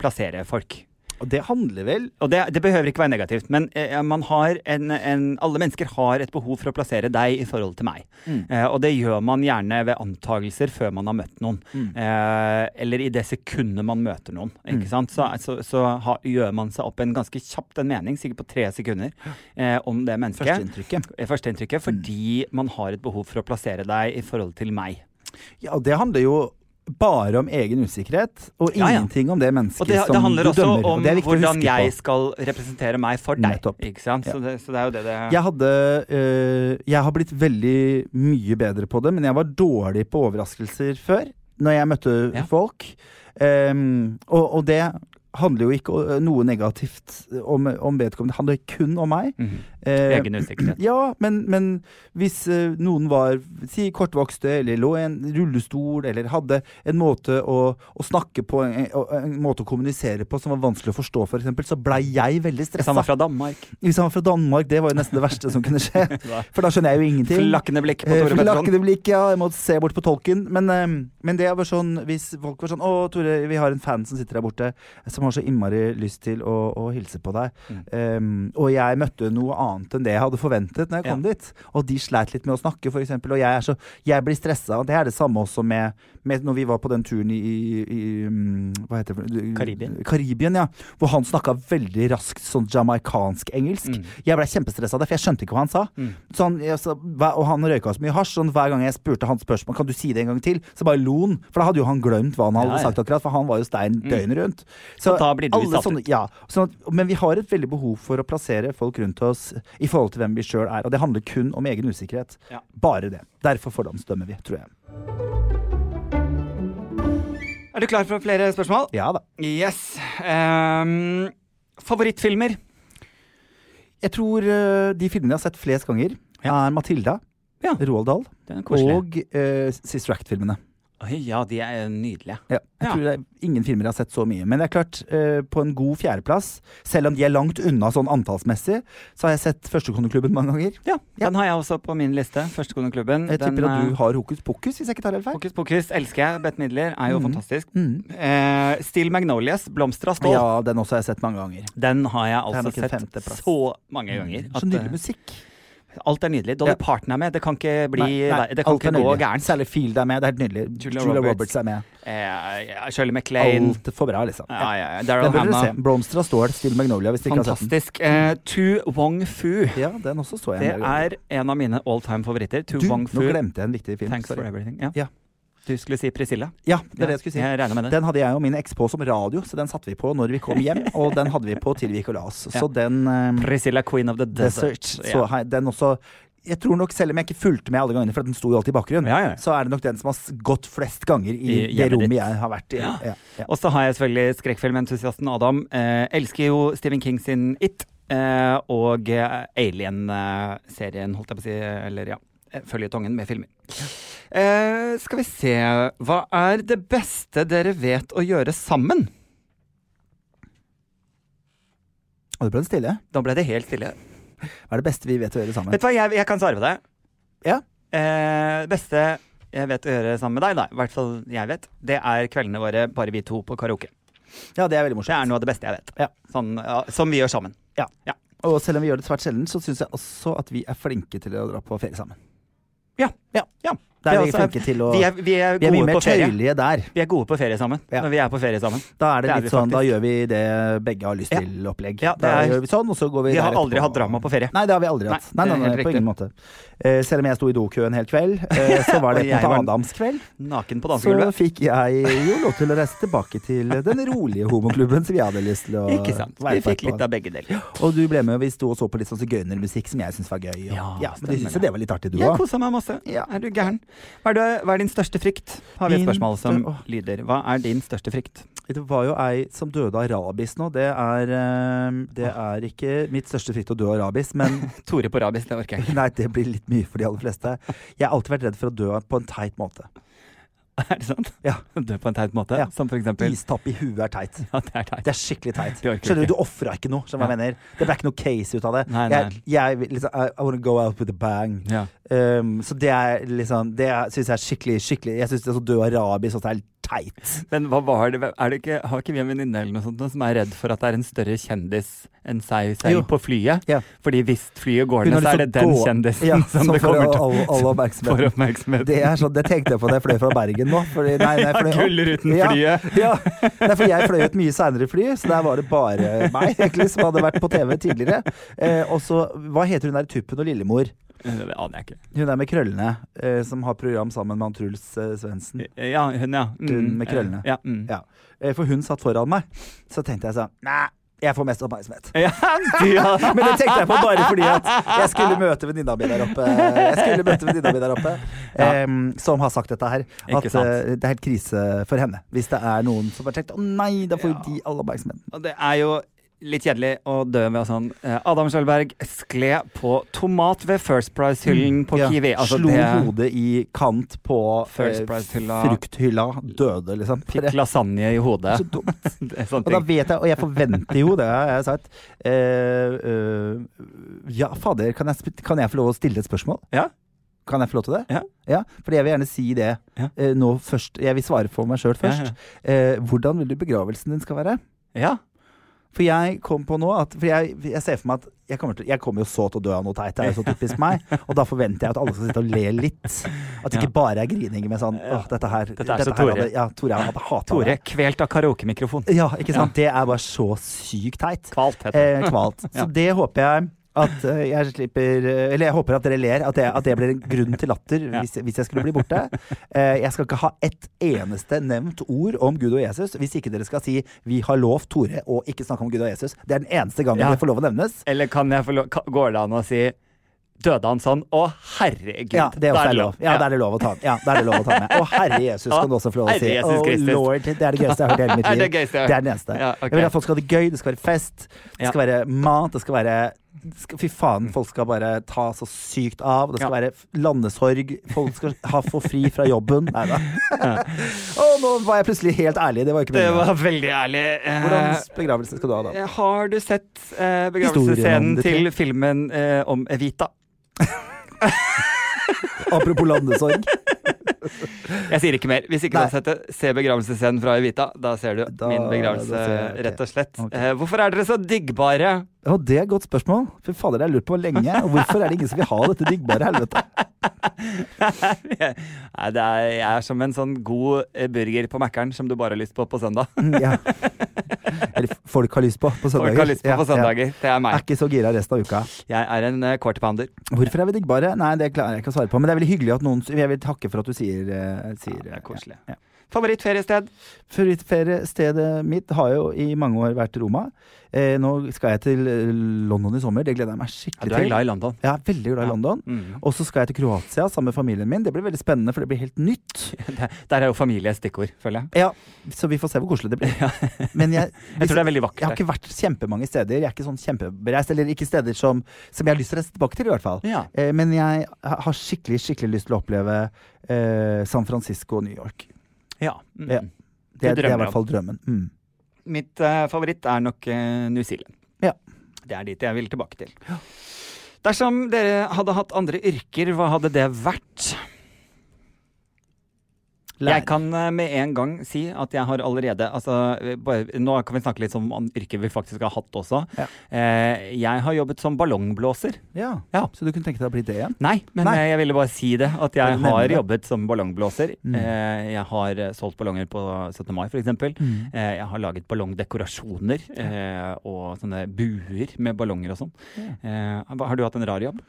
Speaker 1: plassere folk.
Speaker 2: Og det handler vel
Speaker 1: Og det, det behøver ikke være negativt, men eh, man har en, en, alle mennesker har et behov for å plassere deg i forhold til meg. Eh, og det gjør man gjerne ved antagelser før man har møtt noen. Eh, eller i det sekundet man møter noen. Ikke sant? Så, så, så ha, gjør man seg opp en ganske kjapt en mening, sikkert på tre sekunder, eh, om det mennesket.
Speaker 2: førsteinntrykket.
Speaker 1: Eh, Førsteinntrykket. Fordi man har et behov for å plassere deg i forhold til meg.
Speaker 2: Ja, og det handler jo bare om egen usikkerhet, og
Speaker 1: Ja, ja.
Speaker 2: ingenting om det mennesket
Speaker 1: Og det,
Speaker 2: som
Speaker 1: det handler
Speaker 2: du
Speaker 1: også
Speaker 2: dømmer. og
Speaker 1: om
Speaker 2: det er viktig å
Speaker 1: hvordan
Speaker 2: huske
Speaker 1: jeg
Speaker 2: på.
Speaker 1: skal representere meg for deg.
Speaker 2: Nettopp.
Speaker 1: Ikke sant? Så, det, så det er jo det det
Speaker 2: Jeg hadde øh, Jeg har blitt veldig mye bedre på det, men jeg var dårlig på overraskelser før, når jeg møtte
Speaker 1: Ja.
Speaker 2: folk. Ehm, og, eh, og det handler jo ikke øh, noe negativt om, om vedkommende. Det handler kun om meg.
Speaker 1: Mhm.
Speaker 2: Eh,
Speaker 1: Egen usikkerhet.
Speaker 2: ja, men, men hvis eh, noen var si, kortvokste, eller lå i en rullestol, eller hadde en måte å, å snakke på, en, en, en måte å kommunisere på som var vanskelig å forstå, for eksempel, så blei jeg veldig stressa.
Speaker 1: Han var fra Danmark.
Speaker 2: Hvis han var fra Danmark, det var jo nesten det verste som kunne skje. For da skjønner jeg jo ingenting.
Speaker 1: Flakkende blikk på
Speaker 2: Eh,
Speaker 1: Tore Petterson.
Speaker 2: Flakkende blikk, ja. Jeg må se bort på tolken. Men, eh, men det var sånn, hvis folk var sånn Å, Tore, vi har en fan som sitter der borte, eh, som har så innmari lyst til å, å hilse på deg.
Speaker 1: Mm.
Speaker 2: Eh, og jeg møtte noe annet enn det jeg hadde forventet når jeg kom dit. Og de sleit litt med å snakke, f.eks. Og jeg, er så, jeg blir stressa. Og det er det samme også med, med når vi var på den turen i, i, i mm, Hva heter det?
Speaker 1: Karibien.
Speaker 2: Karibien, ja. Hvor han snakka veldig raskt sånn jamaicansk engelsk.
Speaker 1: Mm.
Speaker 2: Jeg blei kjempestressa av det, for jeg skjønte ikke hva han sa.
Speaker 1: Mm.
Speaker 2: Så han, sånn, jeg, sa- hva- og han røyka så mye hasj, sånn hver gang jeg spurte han spørsmål Kan du si det en gang til, så bare lo han. For da hadde jo han glemt hva han hadde
Speaker 1: Ja, ja. Mm.
Speaker 2: sagt akkurat, for han var jo stein døgnet rundt.
Speaker 1: Så da blir du
Speaker 2: alle
Speaker 1: satt
Speaker 2: sånne-
Speaker 1: ut.
Speaker 2: Ja. Sånn at, men vi har et veldig behov for å plassere folk rundt oss i forhold til hvem vi sjøl er. Og det handler kun om egen usikkerhet.
Speaker 1: Ja.
Speaker 2: Bare det. Derfor fordomsdømmer vi, tror jeg.
Speaker 1: Er du klar for flere spørsmål?
Speaker 2: Ja da.
Speaker 1: Yes. Ehm, favorittfilmer?
Speaker 2: Jeg tror eh, de filmene jeg har sett flest ganger, er Matilda,
Speaker 1: Ja.
Speaker 2: Roald Dahl
Speaker 1: Den er koselig.
Speaker 2: og uh, Ract-filmene.
Speaker 1: Oi, ja, de er nydelige.
Speaker 2: Ja, jeg
Speaker 1: Ja.
Speaker 2: tror det er ingen filmer jeg har sett så mye. Men det er klart, eh, på en god fjerdeplass, selv om de er langt unna sånn antallsmessig, så har jeg sett Førstekoneklubben mange ganger.
Speaker 1: Ja,
Speaker 2: Ja.
Speaker 1: Den har jeg også på min liste. Førstekoneklubben.
Speaker 2: Jeg
Speaker 1: Den,
Speaker 2: tipper at
Speaker 1: eh,
Speaker 2: du har hokus pokus, hvis jeg ikke tar helt feil.
Speaker 1: Fokus pokus elsker jeg. Bette Midler er jo
Speaker 2: Mhm.
Speaker 1: fantastisk.
Speaker 2: Mm.
Speaker 1: Eh, Steel Magnolias, 'Blomster av stål',
Speaker 2: Ja, den også har jeg sett mange ganger.
Speaker 1: den har jeg
Speaker 2: er
Speaker 1: altså
Speaker 2: nok en
Speaker 1: sett
Speaker 2: femteplass. Mhm.
Speaker 1: så mange ganger. at,
Speaker 2: Så nydelig
Speaker 1: eh,
Speaker 2: musikk.
Speaker 1: alt er nydelig. Dolly
Speaker 2: Ja.
Speaker 1: Parton er med. Det kan ikke, bli,
Speaker 2: Nei, nei,
Speaker 1: det kan
Speaker 2: alt er
Speaker 1: ikke gå
Speaker 2: nydelig.
Speaker 1: gærent.
Speaker 2: Særlig Field er med. Det er helt nydelig.
Speaker 1: Julia
Speaker 2: Julia,
Speaker 1: Roberts.
Speaker 2: Roberts. er med.
Speaker 1: Eh, Shirley MacLaine.
Speaker 2: Alt er for bra, liksom.
Speaker 1: Ja, ja, ja.
Speaker 2: Den
Speaker 1: Daryl
Speaker 2: bør dere se.
Speaker 1: Hannah.
Speaker 2: Blomster av stål, Steel Magnolia, hvis dere ikke har sett den.
Speaker 1: Fantastisk. Eh, Tu Wong Fu.
Speaker 2: Ja, den også så jeg.
Speaker 1: Det
Speaker 2: en del ganger.
Speaker 1: er en av mine all time favoritter. Tu
Speaker 2: du,
Speaker 1: Wong
Speaker 2: nå
Speaker 1: Fu.
Speaker 2: glemte jeg en viktig film.
Speaker 1: Thanks for
Speaker 2: Sorry.
Speaker 1: everything. Ja.
Speaker 2: Ja.
Speaker 1: Du skulle si Priscilla.
Speaker 2: Ja, det er det jeg skulle si.
Speaker 1: Jeg regner med det.
Speaker 2: Den hadde jeg og min eks på som radio, så den satte vi på når vi kom hjem. Og den hadde vi på til vi gikk og la oss. Så
Speaker 1: Ja.
Speaker 2: den eh,
Speaker 1: Priscilla, Queen of the Desert.
Speaker 2: Desert. Så hei, den også Jeg tror nok, selv om jeg ikke fulgte med alle gangene, for den sto jo alltid i bakgrunnen,
Speaker 1: Ja, ja, ja.
Speaker 2: så er det nok den som har s- gått flest ganger i,
Speaker 1: I
Speaker 2: det
Speaker 1: hjemmet
Speaker 2: rommet
Speaker 1: ditt.
Speaker 2: jeg har vært i. Ja. Ja, ja.
Speaker 1: Og så har jeg selvfølgelig skrekkfilmentusiasten Adam. Eh, elsker jo Stephen King sin It. Eh, og eh, Alien-serien, holdt jeg på å si. Eller ja, eh, føljetongen med filmer. Eh, skal vi se Hva er det beste dere vet å gjøre sammen?
Speaker 2: Og det ble det stille.
Speaker 1: Da ble det helt stille.
Speaker 2: Hva er det beste vi vet å gjøre sammen?
Speaker 1: Vet du hva, jeg, jeg kan svare på det.
Speaker 2: Ja.
Speaker 1: Eh, beste jeg vet å gjøre sammen med deg, da, i hvert fall jeg vet, det er kveldene våre bare vi to på karaoke.
Speaker 2: Ja, det er veldig
Speaker 1: Det er
Speaker 2: morsomt.
Speaker 1: noe av det beste jeg vet.
Speaker 2: Ja.
Speaker 1: Sånn, ja, som vi gjør sammen.
Speaker 2: Og selv om vi gjør det svært sjelden, så syns jeg også at vi er flinke til å dra på ferie sammen.
Speaker 1: Ja.
Speaker 2: ja.
Speaker 1: Ja.
Speaker 2: Der
Speaker 1: Det
Speaker 2: er vi
Speaker 1: er også-
Speaker 2: flinke til å
Speaker 1: Vi er, vi er
Speaker 2: vi er
Speaker 1: gode
Speaker 2: mye
Speaker 1: på
Speaker 2: mer
Speaker 1: ferie.
Speaker 2: tøyelige der.
Speaker 1: Vi er gode på ferie sammen.
Speaker 2: Ja.
Speaker 1: Når vi er på ferie sammen.
Speaker 2: Da er det,
Speaker 1: Det er
Speaker 2: litt
Speaker 1: vi
Speaker 2: sånn, da
Speaker 1: faktisk.
Speaker 2: gjør vi det begge har lyst
Speaker 1: Ja.
Speaker 2: til-opplegg.
Speaker 1: Ja, det
Speaker 2: da
Speaker 1: er-
Speaker 2: gjør vi sånn, og så går vi
Speaker 1: Vi har
Speaker 2: der
Speaker 1: aldri
Speaker 2: etterpå.
Speaker 1: hatt drama på ferie.
Speaker 2: Nei, det har vi aldri
Speaker 1: Nei,
Speaker 2: hatt. Nei, nei,
Speaker 1: det er
Speaker 2: nei,
Speaker 1: helt
Speaker 2: på ingen måte. Eh, selv om jeg sto i dokø en hel kveld, eh, så var det
Speaker 1: Og
Speaker 2: på
Speaker 1: jeg var-
Speaker 2: Adams kveld.
Speaker 1: Naken på
Speaker 2: Så
Speaker 1: dansegulvet.
Speaker 2: fikk jeg jo lov til å reise tilbake til den rolige homoklubben som jeg hadde lyst til å
Speaker 1: Ikke sant. Vi
Speaker 2: være
Speaker 1: fikk
Speaker 2: på.
Speaker 1: litt av begge deler.
Speaker 2: Og du ble med, og vi sto og så på litt sånn sigøynermusikk som jeg syntes var gøy. Og,
Speaker 1: Ja,
Speaker 2: ja, men du
Speaker 1: stemmer
Speaker 2: syntes jo det var litt artig, du
Speaker 1: Jeg
Speaker 2: òg?
Speaker 1: kosa meg masse.
Speaker 2: Ja.
Speaker 1: Er du gæren? Hva er, det- hva er din største frykt? Har vi et
Speaker 2: Min
Speaker 1: spørsmål som
Speaker 2: stør- åh.
Speaker 1: lyder Hva er din største frykt?
Speaker 2: Det var jo ei som døde av rabis nå. Det er, eh, det er ikke mitt største frykt å dø av rabis, men
Speaker 1: Tore på rabis, det orker jeg ikke.
Speaker 2: Nei, det blir litt mye for de aller fleste. Jeg har alltid vært redd for å dø på en teit måte.
Speaker 1: Er det sant?
Speaker 2: Ja.
Speaker 1: Dø på en teit måte?
Speaker 2: Ja.
Speaker 1: Som for eksempel
Speaker 2: Istapp i huet er teit.
Speaker 1: Ja, det er teit.
Speaker 2: Det er skikkelig teit.
Speaker 1: Det orker
Speaker 2: Skjønner
Speaker 1: ikke.
Speaker 2: du, du ofra ikke noe. Skjønner du hva jeg mener? Det ble ikke noe case ut av det.
Speaker 1: Nei, nei.
Speaker 2: Jeg, jeg vil liksom, I, I wanna go out with a bang.
Speaker 1: Ja.
Speaker 2: Um, så det er liksom Det er- syns jeg er skikkelig, skikkelig Jeg syns det er så død arabisk at det er teit.
Speaker 1: Men hva var det? Er det ikke, har ikke vi en venninne eller noe sånt nå som er redd for at det er en større kjendis enn seg
Speaker 2: Jo.
Speaker 1: selv på flyet?
Speaker 2: Ja.
Speaker 1: Fordi hvis flyet går
Speaker 2: Hun
Speaker 1: ned,
Speaker 2: har
Speaker 1: så er
Speaker 2: lyst
Speaker 1: det
Speaker 2: til
Speaker 1: den
Speaker 2: å gå-
Speaker 1: kjendisen
Speaker 2: Ja,
Speaker 1: som
Speaker 2: så
Speaker 1: det
Speaker 2: får
Speaker 1: kommer til
Speaker 2: all, all
Speaker 1: å få
Speaker 2: oppmerksomheten.
Speaker 1: oppmerksomhet.
Speaker 2: Det er sånn, det tenkte jeg på da jeg fløy fra Bergen nå. Fordi, nei, nei, jeg fløy opp.
Speaker 1: Gullruten
Speaker 2: Ja.
Speaker 1: flyet.
Speaker 2: Ja, Nei, for jeg fløy et mye seinere fly, så der var det bare meg egentlig som hadde vært på TV tidligere. Eh, og så, hva heter hun der tuppen og lillemor?
Speaker 1: Det aner jeg ikke.
Speaker 2: Hun der med krøllene, eh, som har program sammen med han Truls eh, Svendsen.
Speaker 1: Ja, hun, ja. Mm,
Speaker 2: Hun med krøllene.
Speaker 1: Ja, mm.
Speaker 2: Ja. Eh, for hun satt foran meg. Så tenkte jeg sånn Nei, jeg får mest oppmerksomhet.
Speaker 1: Ja, du, ja.
Speaker 2: Men det tenkte jeg på bare fordi at jeg skulle møte venninna mi der oppe. Jeg skulle møte venninna mi der oppe
Speaker 1: Ja.
Speaker 2: em, Som har sagt dette her. At
Speaker 1: Ikke sant.
Speaker 2: eh, det er helt krise for henne. Hvis det er noen som har tenkt å nei, da får jo
Speaker 1: Ja.
Speaker 2: de all oppmerksomheten.
Speaker 1: Og det er jo litt kjedelig å dø med sånn eh, Adam Sjølberg skled på tomat ved First Price-hyllen på
Speaker 2: Mm. Ja.
Speaker 1: Kiwi. Altså,
Speaker 2: Slo
Speaker 1: det
Speaker 2: hodet i kant på
Speaker 1: First
Speaker 2: eh,
Speaker 1: Price-hylla.
Speaker 2: frukthylla. Døde, liksom.
Speaker 1: fikk lasagne i hodet.
Speaker 2: Så dumt.
Speaker 1: Det er sånne
Speaker 2: Og da
Speaker 1: ting.
Speaker 2: vet jeg, og jeg forventer jo det, har jeg sagt. Eh, eh, ja, fader, kan jeg, sp- kan jeg få lov å stille et spørsmål?
Speaker 1: Ja.
Speaker 2: Kan jeg få lov til det?
Speaker 1: Ja.
Speaker 2: fordi jeg vil gjerne si det
Speaker 1: Ja.
Speaker 2: eh, nå først. Jeg vil svare for meg sjøl
Speaker 1: Ja,
Speaker 2: først. Eh, hvordan vil du begravelsen din skal være?
Speaker 1: Ja.
Speaker 2: For jeg kom på nå at For jeg, jeg ser for meg at jeg kommer, til, jeg kommer jo så til å dø av noe teit. Det er jo så typisk meg. Og da forventer jeg at alle skal sitte og le litt. At det ikke bare er grining med sånn
Speaker 1: Ja.
Speaker 2: Åh, dette her
Speaker 1: Dette er så
Speaker 2: her
Speaker 1: Tore."
Speaker 2: hadde, Ja, Tore hadde hata
Speaker 1: Tore
Speaker 2: det.
Speaker 1: kvelt av karaokemikrofon.
Speaker 2: Ja, ikke sant. Det er bare så sykt teit.
Speaker 1: Kvalt, heter det.
Speaker 2: Eh, kvalt. Så
Speaker 1: Ja.
Speaker 2: det håper jeg at eh, jeg slipper eh, Eller jeg håper at dere ler. At det, at det blir en grunn til latter
Speaker 1: Ja.
Speaker 2: hvis, hvis jeg skulle bli borte. Eh, jeg skal ikke ha ett eneste nevnt ord om Gud og Jesus hvis ikke dere skal si 'vi har lovt Tore å ikke snakke om Gud og Jesus'. Det er den eneste gangen
Speaker 1: Ja.
Speaker 2: det får lov å nevnes.
Speaker 1: Eller kan jeg få lov ka- Går det an å si Døde han sånn? Å, herregud!
Speaker 2: Ja, det er
Speaker 1: Da
Speaker 2: også er lov. Ja,
Speaker 1: Ja.
Speaker 2: da er det lov å ta Ja, da er det lov å ta med. Og Herre Jesus kan du også få lov å
Speaker 1: Herre
Speaker 2: si.
Speaker 1: Jesus
Speaker 2: Oh,
Speaker 1: Kristus.
Speaker 2: Lord, det er det gøyeste jeg har hørt i hele mitt
Speaker 1: Er
Speaker 2: liv.
Speaker 1: det gøyeste jeg har
Speaker 2: Det er den eneste.
Speaker 1: Ja, ok.
Speaker 2: Jeg vil at folk skal ha det gøy, det skal være fest, det
Speaker 1: Ja. Mm.
Speaker 2: skal være mat, det skal være skal, Fy faen, folk skal bare ta så sykt av. Det skal
Speaker 1: Ja.
Speaker 2: være f- landesorg. Folk skal ha få fri fra jobben. Nei da. Og nå var jeg plutselig helt ærlig. Det var ikke
Speaker 1: Det
Speaker 2: meningen.
Speaker 1: var veldig ærlig. Eh,
Speaker 2: Hvordan begravelse skal du ha, da?
Speaker 1: Har du sett eh,
Speaker 2: Historien om
Speaker 1: begravelsesscenen
Speaker 2: det tre.
Speaker 1: til filmen eh, om Evita?
Speaker 2: Apropos landesorg.
Speaker 1: Jeg sier ikke mer. Hvis ikke du
Speaker 2: Nei.
Speaker 1: har sett det, se begravelsesscenen fra Evita. Da ser du
Speaker 2: Da-
Speaker 1: min begravelse,
Speaker 2: da ser jeg, ok.
Speaker 1: rett og slett.
Speaker 2: Ok.
Speaker 1: Eh, hvorfor er dere så diggbare?
Speaker 2: Og det er et godt spørsmål. Fy fader, det har jeg lurt på lenge. Og hvorfor er det ingen som vil ha dette diggbare helvete?
Speaker 1: Nei, det er, jeg er som en sånn god eh, burger på Mækkern som du bare har lyst på på søndag.
Speaker 2: Mm, Ja. Eller folk har lyst på på søndager.
Speaker 1: Folk har lyst på
Speaker 2: Ja,
Speaker 1: på søndager. Det er
Speaker 2: Ja. Er
Speaker 1: meg.
Speaker 2: ikke så gira resten av uka.
Speaker 1: Jeg er en eh, quarter pounder.
Speaker 2: Hvorfor er vi diggbare? Nei, det klarer jeg ikke å svare på. Men det er veldig hyggelig at noen Jeg vil takke for at du sier, eh, sier
Speaker 1: Det er koselig.
Speaker 2: Ja.
Speaker 1: Favorittferiested?
Speaker 2: Favorittferiestedet mitt har jo i mange år vært Roma. Eh, nå skal jeg til eh, London i sommer. Det gleder jeg meg
Speaker 1: Ja,
Speaker 2: skikkelig
Speaker 1: du er
Speaker 2: til.
Speaker 1: glad i London.
Speaker 2: Jeg er veldig glad i
Speaker 1: Ja.
Speaker 2: London.
Speaker 1: Mm.
Speaker 2: Og så skal jeg til Kroatia sammen med familien min. Det blir veldig spennende, for det blir helt nytt.
Speaker 1: Der er jo familie et stikkord, føler jeg.
Speaker 2: Ja, Så vi får se hvor koselig det blir. Men jeg,
Speaker 1: Jeg tror det er veldig
Speaker 2: jeg har
Speaker 1: vakkert. der.
Speaker 2: ikke vært kjempemange steder. Jeg er ikke sånn kjempebereist, eller ikke steder som, som jeg har lyst til å reise tilbake til, i hvert fall.
Speaker 1: Ja.
Speaker 2: Eh, Men jeg ha- har skikkelig skikkelig lyst til å oppleve eh, San Francisco og New York.
Speaker 1: ja. Mm.
Speaker 2: Ja. Det,
Speaker 1: Du
Speaker 2: det er i
Speaker 1: drømmer om.
Speaker 2: hvert fall drømmen. Mm.
Speaker 1: Mitt eh, favoritt er nok eh, New Zealand.
Speaker 2: Ja.
Speaker 1: Det er dit jeg vil tilbake til. Dersom dere hadde hatt andre yrker, hva hadde det vært? Jeg kan eh, med en gang si at jeg har allerede altså, eh, bare, Nå kan vi snakke litt om an- yrker vi faktisk har hatt også.
Speaker 2: Ja.
Speaker 1: Eh, jeg har jobbet som ballongblåser.
Speaker 2: Ja.
Speaker 1: Ja.
Speaker 2: Så du kunne tenke deg å bli det igjen?
Speaker 1: Nei, men
Speaker 2: Nei.
Speaker 1: eh, jeg ville bare si det. At
Speaker 2: Bare
Speaker 1: jeg
Speaker 2: nevne
Speaker 1: har
Speaker 2: det.
Speaker 1: jobbet som ballongblåser.
Speaker 2: Mm.
Speaker 1: Eh, jeg har eh, solgt ballonger på 17. mai, f.eks. Eh, Jeg har laget ballongdekorasjoner eh, og sånne buer med ballonger og sånn. Eh, hva- Har du hatt en rar jobb?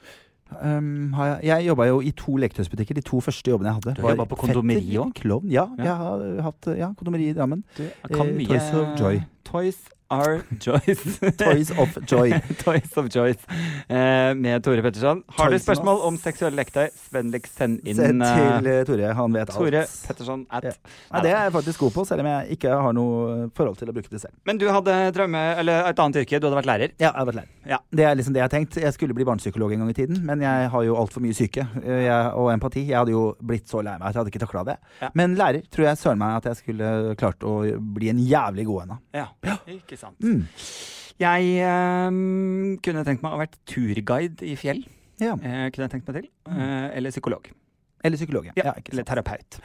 Speaker 2: Um, har jeg jeg jobba jo i to leketøysbutikker. De to første jobbene jeg hadde.
Speaker 1: Du
Speaker 2: var
Speaker 1: jobbet på kondomeri
Speaker 2: fetter,
Speaker 1: også?
Speaker 2: Klovn. Ja,
Speaker 1: Ja.
Speaker 2: jeg har eh, hatt eh, ja, kondomeri i Drammen.
Speaker 1: Kan
Speaker 2: eh,
Speaker 1: mye-
Speaker 2: Toys of Joy.
Speaker 1: Toys are joys.
Speaker 2: Toys of Joy.
Speaker 1: Toys of Joys eh, med Tore Petterson. Har
Speaker 2: Toys
Speaker 1: du spørsmål
Speaker 2: of-
Speaker 1: om seksuelle lektøy, vennligst send inn
Speaker 2: Se
Speaker 1: eh,
Speaker 2: til eh, Tore. Han vet
Speaker 1: Tore
Speaker 2: alt.
Speaker 1: Petterson at
Speaker 2: Ja. Nei, det er jeg faktisk god på, selv om jeg ikke har noe eh, forhold til å bruke det selv.
Speaker 1: Men du hadde drømme, eller et annet yrke. Du hadde vært lærer.
Speaker 2: Ja, jeg har vært lærer.
Speaker 1: Ja.
Speaker 2: Det er liksom det jeg har tenkt. Jeg skulle bli barnepsykolog en gang i tiden, men jeg har jo altfor mye syke eh, jeg, og empati. Jeg hadde jo blitt så lei meg at jeg hadde ikke takla det.
Speaker 1: Ja.
Speaker 2: Men lærer tror jeg søren meg at jeg skulle klart å bli en jævlig god en av.
Speaker 1: Ja, ikke sant.
Speaker 2: Mm.
Speaker 1: Jeg eh, kunne tenkt meg å ha vært turguide i fjell.
Speaker 2: Ja.
Speaker 1: Eh, kunne jeg tenkt meg til. Eh, eller psykolog.
Speaker 2: Eller psykolog, ja.
Speaker 1: Ja,
Speaker 2: ja ikke
Speaker 1: Eller
Speaker 2: sant.
Speaker 1: terapeut.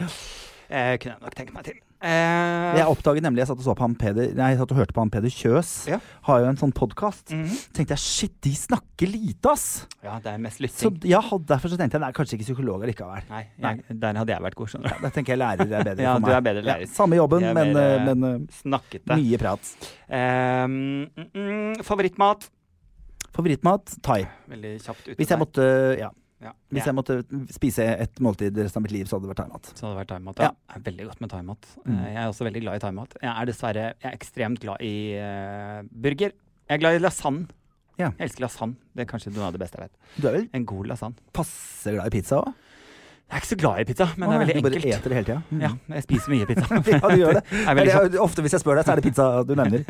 Speaker 1: Eh, kunne jeg nok tenkt meg til. Eh,
Speaker 2: Jeg oppdaget nemlig, jeg satt og, så på han Peder, nei, jeg satt og hørte på han Peder Kjøs,
Speaker 1: Ja.
Speaker 2: har jo en sånn podkast.
Speaker 1: Mhm.
Speaker 2: tenkte jeg shit, de snakker lite, ass!
Speaker 1: Ja, det er mest
Speaker 2: Så,
Speaker 1: lytting.
Speaker 2: ja, derfor så tenkte jeg nei, kanskje ikke psykolog likevel.
Speaker 1: Nei, jeg, der hadde jeg vært god, skjønner du.
Speaker 2: Da tenker jeg lærer er bedre
Speaker 1: Ja,
Speaker 2: for
Speaker 1: du
Speaker 2: meg.
Speaker 1: er bedre lærer.
Speaker 2: Ja, samme jobben,
Speaker 1: Jeg er
Speaker 2: men,
Speaker 1: mer,
Speaker 2: eh, men eh,
Speaker 1: Snakkete.
Speaker 2: mye prat.
Speaker 1: Eh, mm, mm, favorittmat?
Speaker 2: Favorittmat thai.
Speaker 1: Veldig kjapt ute
Speaker 2: Hvis jeg
Speaker 1: der.
Speaker 2: måtte, ja.
Speaker 1: ja.
Speaker 2: Hvis
Speaker 1: ja.
Speaker 2: jeg måtte spise et måltid resten av mitt liv, så hadde det vært thaimat.
Speaker 1: Så hadde det vært thaimat. Ja. Det er Veldig godt med thaimat.
Speaker 2: Mm.
Speaker 1: Eh, Jeg er også veldig glad i thaimat. Jeg er dessverre jeg er ekstremt glad i eh, burger. Jeg er glad i lasagne.
Speaker 2: Ja.
Speaker 1: Jeg elsker lasagne. Det er kanskje noe av det beste jeg vet.
Speaker 2: Du er vel
Speaker 1: En god lasagne.
Speaker 2: passe glad i pizza òg?
Speaker 1: Jeg er ikke så glad i pizza, men det er veldig
Speaker 2: du
Speaker 1: enkelt.
Speaker 2: bare eter det hele tida. Mm.
Speaker 1: Ja, jeg spiser mye pizza.
Speaker 2: ja, du gjør det.
Speaker 1: Jeg er
Speaker 2: Men
Speaker 1: veldig
Speaker 2: det er, sånn. jo- ofte hvis jeg spør deg, så er det pizza du nevner.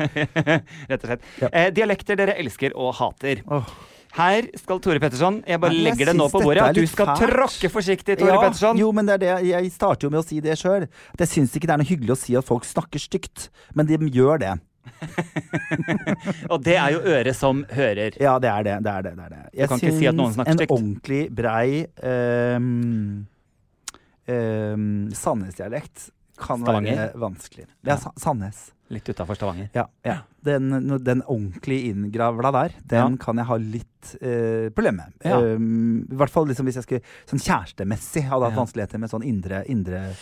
Speaker 1: Rett og slett.
Speaker 2: Ja.
Speaker 1: Eh, dialekter dere elsker og hater.
Speaker 2: Åh.
Speaker 1: Her skal Tore Petterson Jeg bare
Speaker 2: Nei, men jeg
Speaker 1: legger det nå
Speaker 2: syns
Speaker 1: på bordet.
Speaker 2: dette er
Speaker 1: At du
Speaker 2: litt
Speaker 1: skal
Speaker 2: fælt.
Speaker 1: tråkke forsiktig, Tore Petterson.
Speaker 2: Jo, men det er det, jeg starter jo med å si det sjøl. Jeg syns ikke det er noe hyggelig å si at folk snakker stygt, men de gjør det.
Speaker 1: Og det er jo øret som hører.
Speaker 2: Ja, det er det. det, er det, det, er det. Jeg
Speaker 1: kan ikke si at noen
Speaker 2: syns
Speaker 1: snakker stygt.
Speaker 2: En ordentlig brei ehm, ehm, Sandnes-dialekt kan
Speaker 1: Stavanger?
Speaker 2: være vanskelig. Det er Sa- Sandnes.
Speaker 1: Litt utafor Stavanger.
Speaker 2: Ja, ja. Den, no- den ordentlig inngravla der,
Speaker 1: Ja.
Speaker 2: den kan jeg ha litt uh, problemer med.
Speaker 1: Ja.
Speaker 2: Ehm, I hvert fall liksom hvis jeg skulle sånn kjærestemessig hadde hatt
Speaker 1: Ja.
Speaker 2: vanskeligheter med sånn indre, indre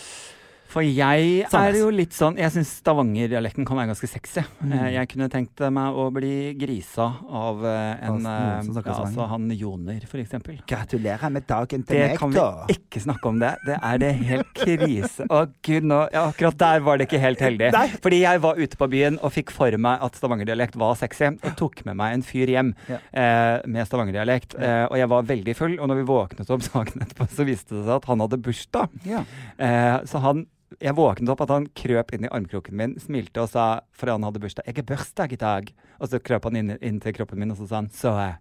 Speaker 1: For jeg
Speaker 2: Sandnes. Mm.
Speaker 1: er jo litt sånn Jeg syns stavangerdialekten kan være ganske sexy. Eh, Jeg kunne tenkt meg å bli grisa av eh, en
Speaker 2: noen
Speaker 1: eh,
Speaker 2: som snakker
Speaker 1: ja,
Speaker 2: Stavanger.
Speaker 1: Altså han Joner, for eksempel.
Speaker 2: Gratulerer med dagen til
Speaker 1: Det
Speaker 2: meg,
Speaker 1: kan
Speaker 2: da!
Speaker 1: vi ikke snakke om det. Det er det helt krise. Å gud, nå, ja, akkurat der var det ikke helt heldig.
Speaker 2: Nei.
Speaker 1: Fordi jeg var ute på byen og fikk for meg at stavangerdialekt var sexy, og tok med meg en fyr hjem
Speaker 2: Ja.
Speaker 1: eh, med stavangerdialekt. Eh, og jeg var veldig full, og når vi våknet opp dagen etterpå, så viste det seg at han hadde bursdag.
Speaker 2: Ja.
Speaker 1: Eh, så han jeg våknet opp at han krøp inn i armkroken min, smilte og sa For han hadde bursdag. 'Jeg har bursdag i dag.' Og så krøp han inn, inn til kroppen min, og så sa han Så eh,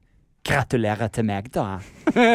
Speaker 1: gratulerer til meg, da.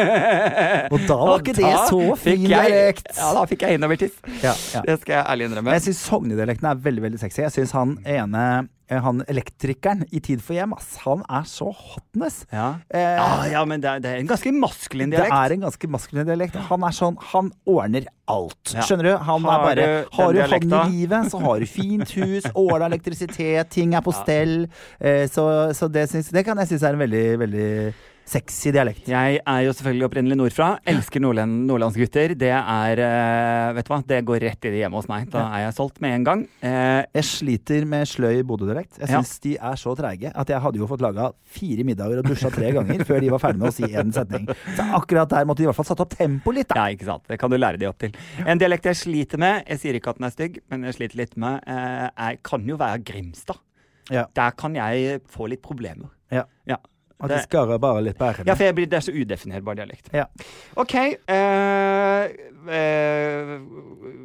Speaker 2: Og da var ikke det så fin
Speaker 1: fikk jeg-
Speaker 2: dialekt!
Speaker 1: Ja, da fikk jeg innovertiss.
Speaker 2: Ja, ja.
Speaker 1: Det skal jeg ærlig innrømme.
Speaker 2: Men jeg syns Sognedialekten er veldig veldig sexy. Jeg syns han ene eh, han elektrikeren i Tid for hjem, ass, han er så hotness.
Speaker 1: Ja,
Speaker 2: Eh,
Speaker 1: ja, ja men det er, det er en ganske maskulin
Speaker 2: det
Speaker 1: dialekt.
Speaker 2: er en ganske maskulin dialekt. Han er sånn, han ordner alt.
Speaker 1: Ja.
Speaker 2: Skjønner du? Han
Speaker 1: Har
Speaker 2: er bare
Speaker 1: du
Speaker 2: Har du
Speaker 1: den
Speaker 2: han i
Speaker 1: dialekta?
Speaker 2: livet, så har du fint hus, ordna elektrisitet, ting er på
Speaker 1: Ja.
Speaker 2: stell. Eh, så, så det, syns- det kan jeg synes er en veldig, veldig sexy dialekt.
Speaker 1: Jeg er jo selvfølgelig opprinnelig nordfra. Elsker nordlen, nordlandsgutter. Det er eh, Vet du hva, det går rett i det hjemme hos meg. Da er jeg solgt med en gang. Eh,
Speaker 2: Jeg sliter med sløy Bodø-dialekt. Jeg
Speaker 1: Ja.
Speaker 2: syns de er så treige at jeg hadde jo fått laga fire middager og dusja tre ganger før de var ferdig med å si én setning. Så akkurat der måtte de i hvert fall satt opp tempoet litt, da.
Speaker 1: Ja, ikke sant. Det kan du lære de opp til. En dialekt jeg sliter med, jeg sier ikke at den er stygg, men jeg sliter litt med, eh, er, kan jo være Grimstad.
Speaker 2: Ja.
Speaker 1: Der kan jeg få litt problemer.
Speaker 2: Ja.
Speaker 1: Ja,
Speaker 2: At de
Speaker 1: det,
Speaker 2: skarrer bare litt på
Speaker 1: ja
Speaker 2: r-ene.
Speaker 1: for jeg blir, det er så udefinerbar dialekt.
Speaker 2: Ja.
Speaker 1: OK. Eh, eh,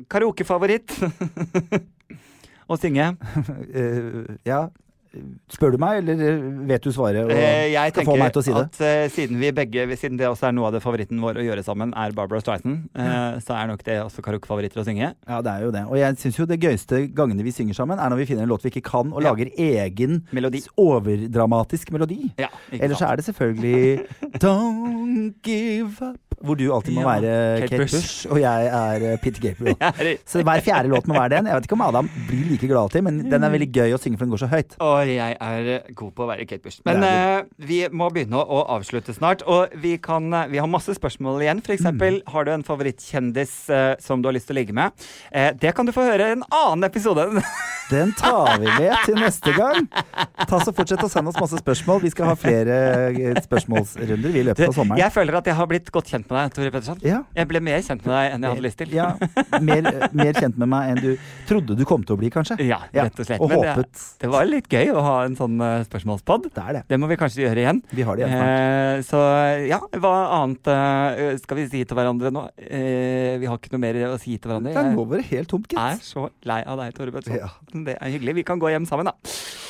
Speaker 1: Karaokefavoritt. Å synge.
Speaker 2: Eh, ja. Spør du meg, eller vet du svaret? Og
Speaker 1: Eh, jeg
Speaker 2: skal få
Speaker 1: tenker
Speaker 2: meg til å si det?
Speaker 1: at eh, siden vi begge, siden det også er noe av det favoritten vår å gjøre sammen, er Barbara Stryton, eh, så er nok det også karaokefavoritter å synge.
Speaker 2: Ja, det er jo det. Og jeg syns jo det gøyeste gangene vi synger sammen, er når vi finner en låt vi ikke kan, og
Speaker 1: Ja.
Speaker 2: lager egen
Speaker 1: Melodi.
Speaker 2: overdramatisk melodi.
Speaker 1: Ja, ikke
Speaker 2: Eller så
Speaker 1: sant?
Speaker 2: er det selvfølgelig Don't give up. Hvor du alltid må
Speaker 1: Ja,
Speaker 2: være
Speaker 1: Kate
Speaker 2: Kate Bush,
Speaker 1: Bush.
Speaker 2: og jeg er eh, Pete Gabriel.
Speaker 1: Jeg er-
Speaker 2: Så hver fjerde låt må være den. Jeg vet ikke om Adam blir like glad alltid, men den er veldig gøy å synge, for den går så høyt.
Speaker 1: Og jeg er eh, god på å være Kate Bush. Men
Speaker 2: Det
Speaker 1: eh, vi må begynne å, å avslutte snart. Og vi, kan, eh, vi har masse spørsmål igjen. For eksempel,
Speaker 2: Mm.
Speaker 1: har du en favorittkjendis eh, som du har lyst til å ligge med? Eh, det kan du få høre i en annen episode.
Speaker 2: Den tar vi med til neste gang. Ta så Fortsett å sende oss masse spørsmål. Vi skal ha flere eh, spørsmålsrunder vi i løpet av sommeren.
Speaker 1: jeg føler at jeg har blitt godt kjent med deg, Tore Pettersen.
Speaker 2: Ja.
Speaker 1: Jeg ble mer kjent med deg enn jeg hadde lyst til.
Speaker 2: Ja, mer, mer kjent med meg enn du trodde du kom til å bli, kanskje.
Speaker 1: Ja,
Speaker 2: Ja,
Speaker 1: rett og slett.
Speaker 2: og
Speaker 1: Men det,
Speaker 2: håpet.
Speaker 1: det var litt gøy å ha en sånn eh, spørsmålspod.
Speaker 2: Det er det.
Speaker 1: Det må vi kanskje gjøre igjen.
Speaker 2: Vi har det igjen snart.
Speaker 1: Eh, så ja, hva annet eh, skal vi si til hverandre nå? Eh, vi har ikke noe mer å si til hverandre.
Speaker 2: Det er
Speaker 1: Jeg-
Speaker 2: nå bare helt tomt,
Speaker 1: er
Speaker 2: gitt.
Speaker 1: så lei av deg, Tore Bøtson.
Speaker 2: Ja.
Speaker 1: Det er hyggelig. Vi kan gå hjem sammen, da.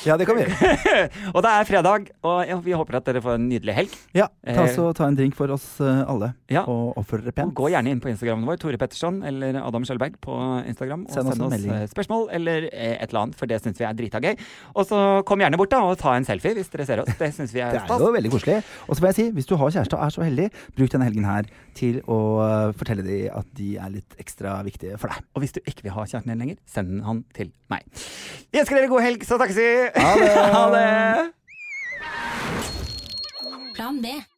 Speaker 2: Ja, det kan vi gjøre.
Speaker 1: Og det er fredag, og ja, vi håper at dere får en nydelig helg.
Speaker 2: Ja, ta, så, ta en drink for oss eh, alle,
Speaker 1: Ja.
Speaker 2: og oppfør dere
Speaker 1: Og
Speaker 2: pent.
Speaker 1: gå gjerne inn på Instagrammen vår, Tore Petterson eller Adam Skjølberg på Instagram. Og
Speaker 2: Send
Speaker 1: send
Speaker 2: oss
Speaker 1: oss,
Speaker 2: en melding.
Speaker 1: eh, spørsmål eller eh, et eller annet, for det syns vi er drita gøy. Og så kom gjerne bort da og ta en selfie hvis dere ser oss. Det syns vi er
Speaker 2: Det er jo
Speaker 1: stas.
Speaker 2: veldig koselig. Og så må jeg si, hvis du har kjæreste og er så heldig, bruk denne helgen her til å eh, fortelle dem at de er litt ekstra viktige for deg.
Speaker 1: Og hvis du ikke vil ha kjæresten din lenger, send han til meg. Vi ønsker dere god helg, så takkes vi.
Speaker 2: Ha det.
Speaker 1: ha det.
Speaker 3: Plan B.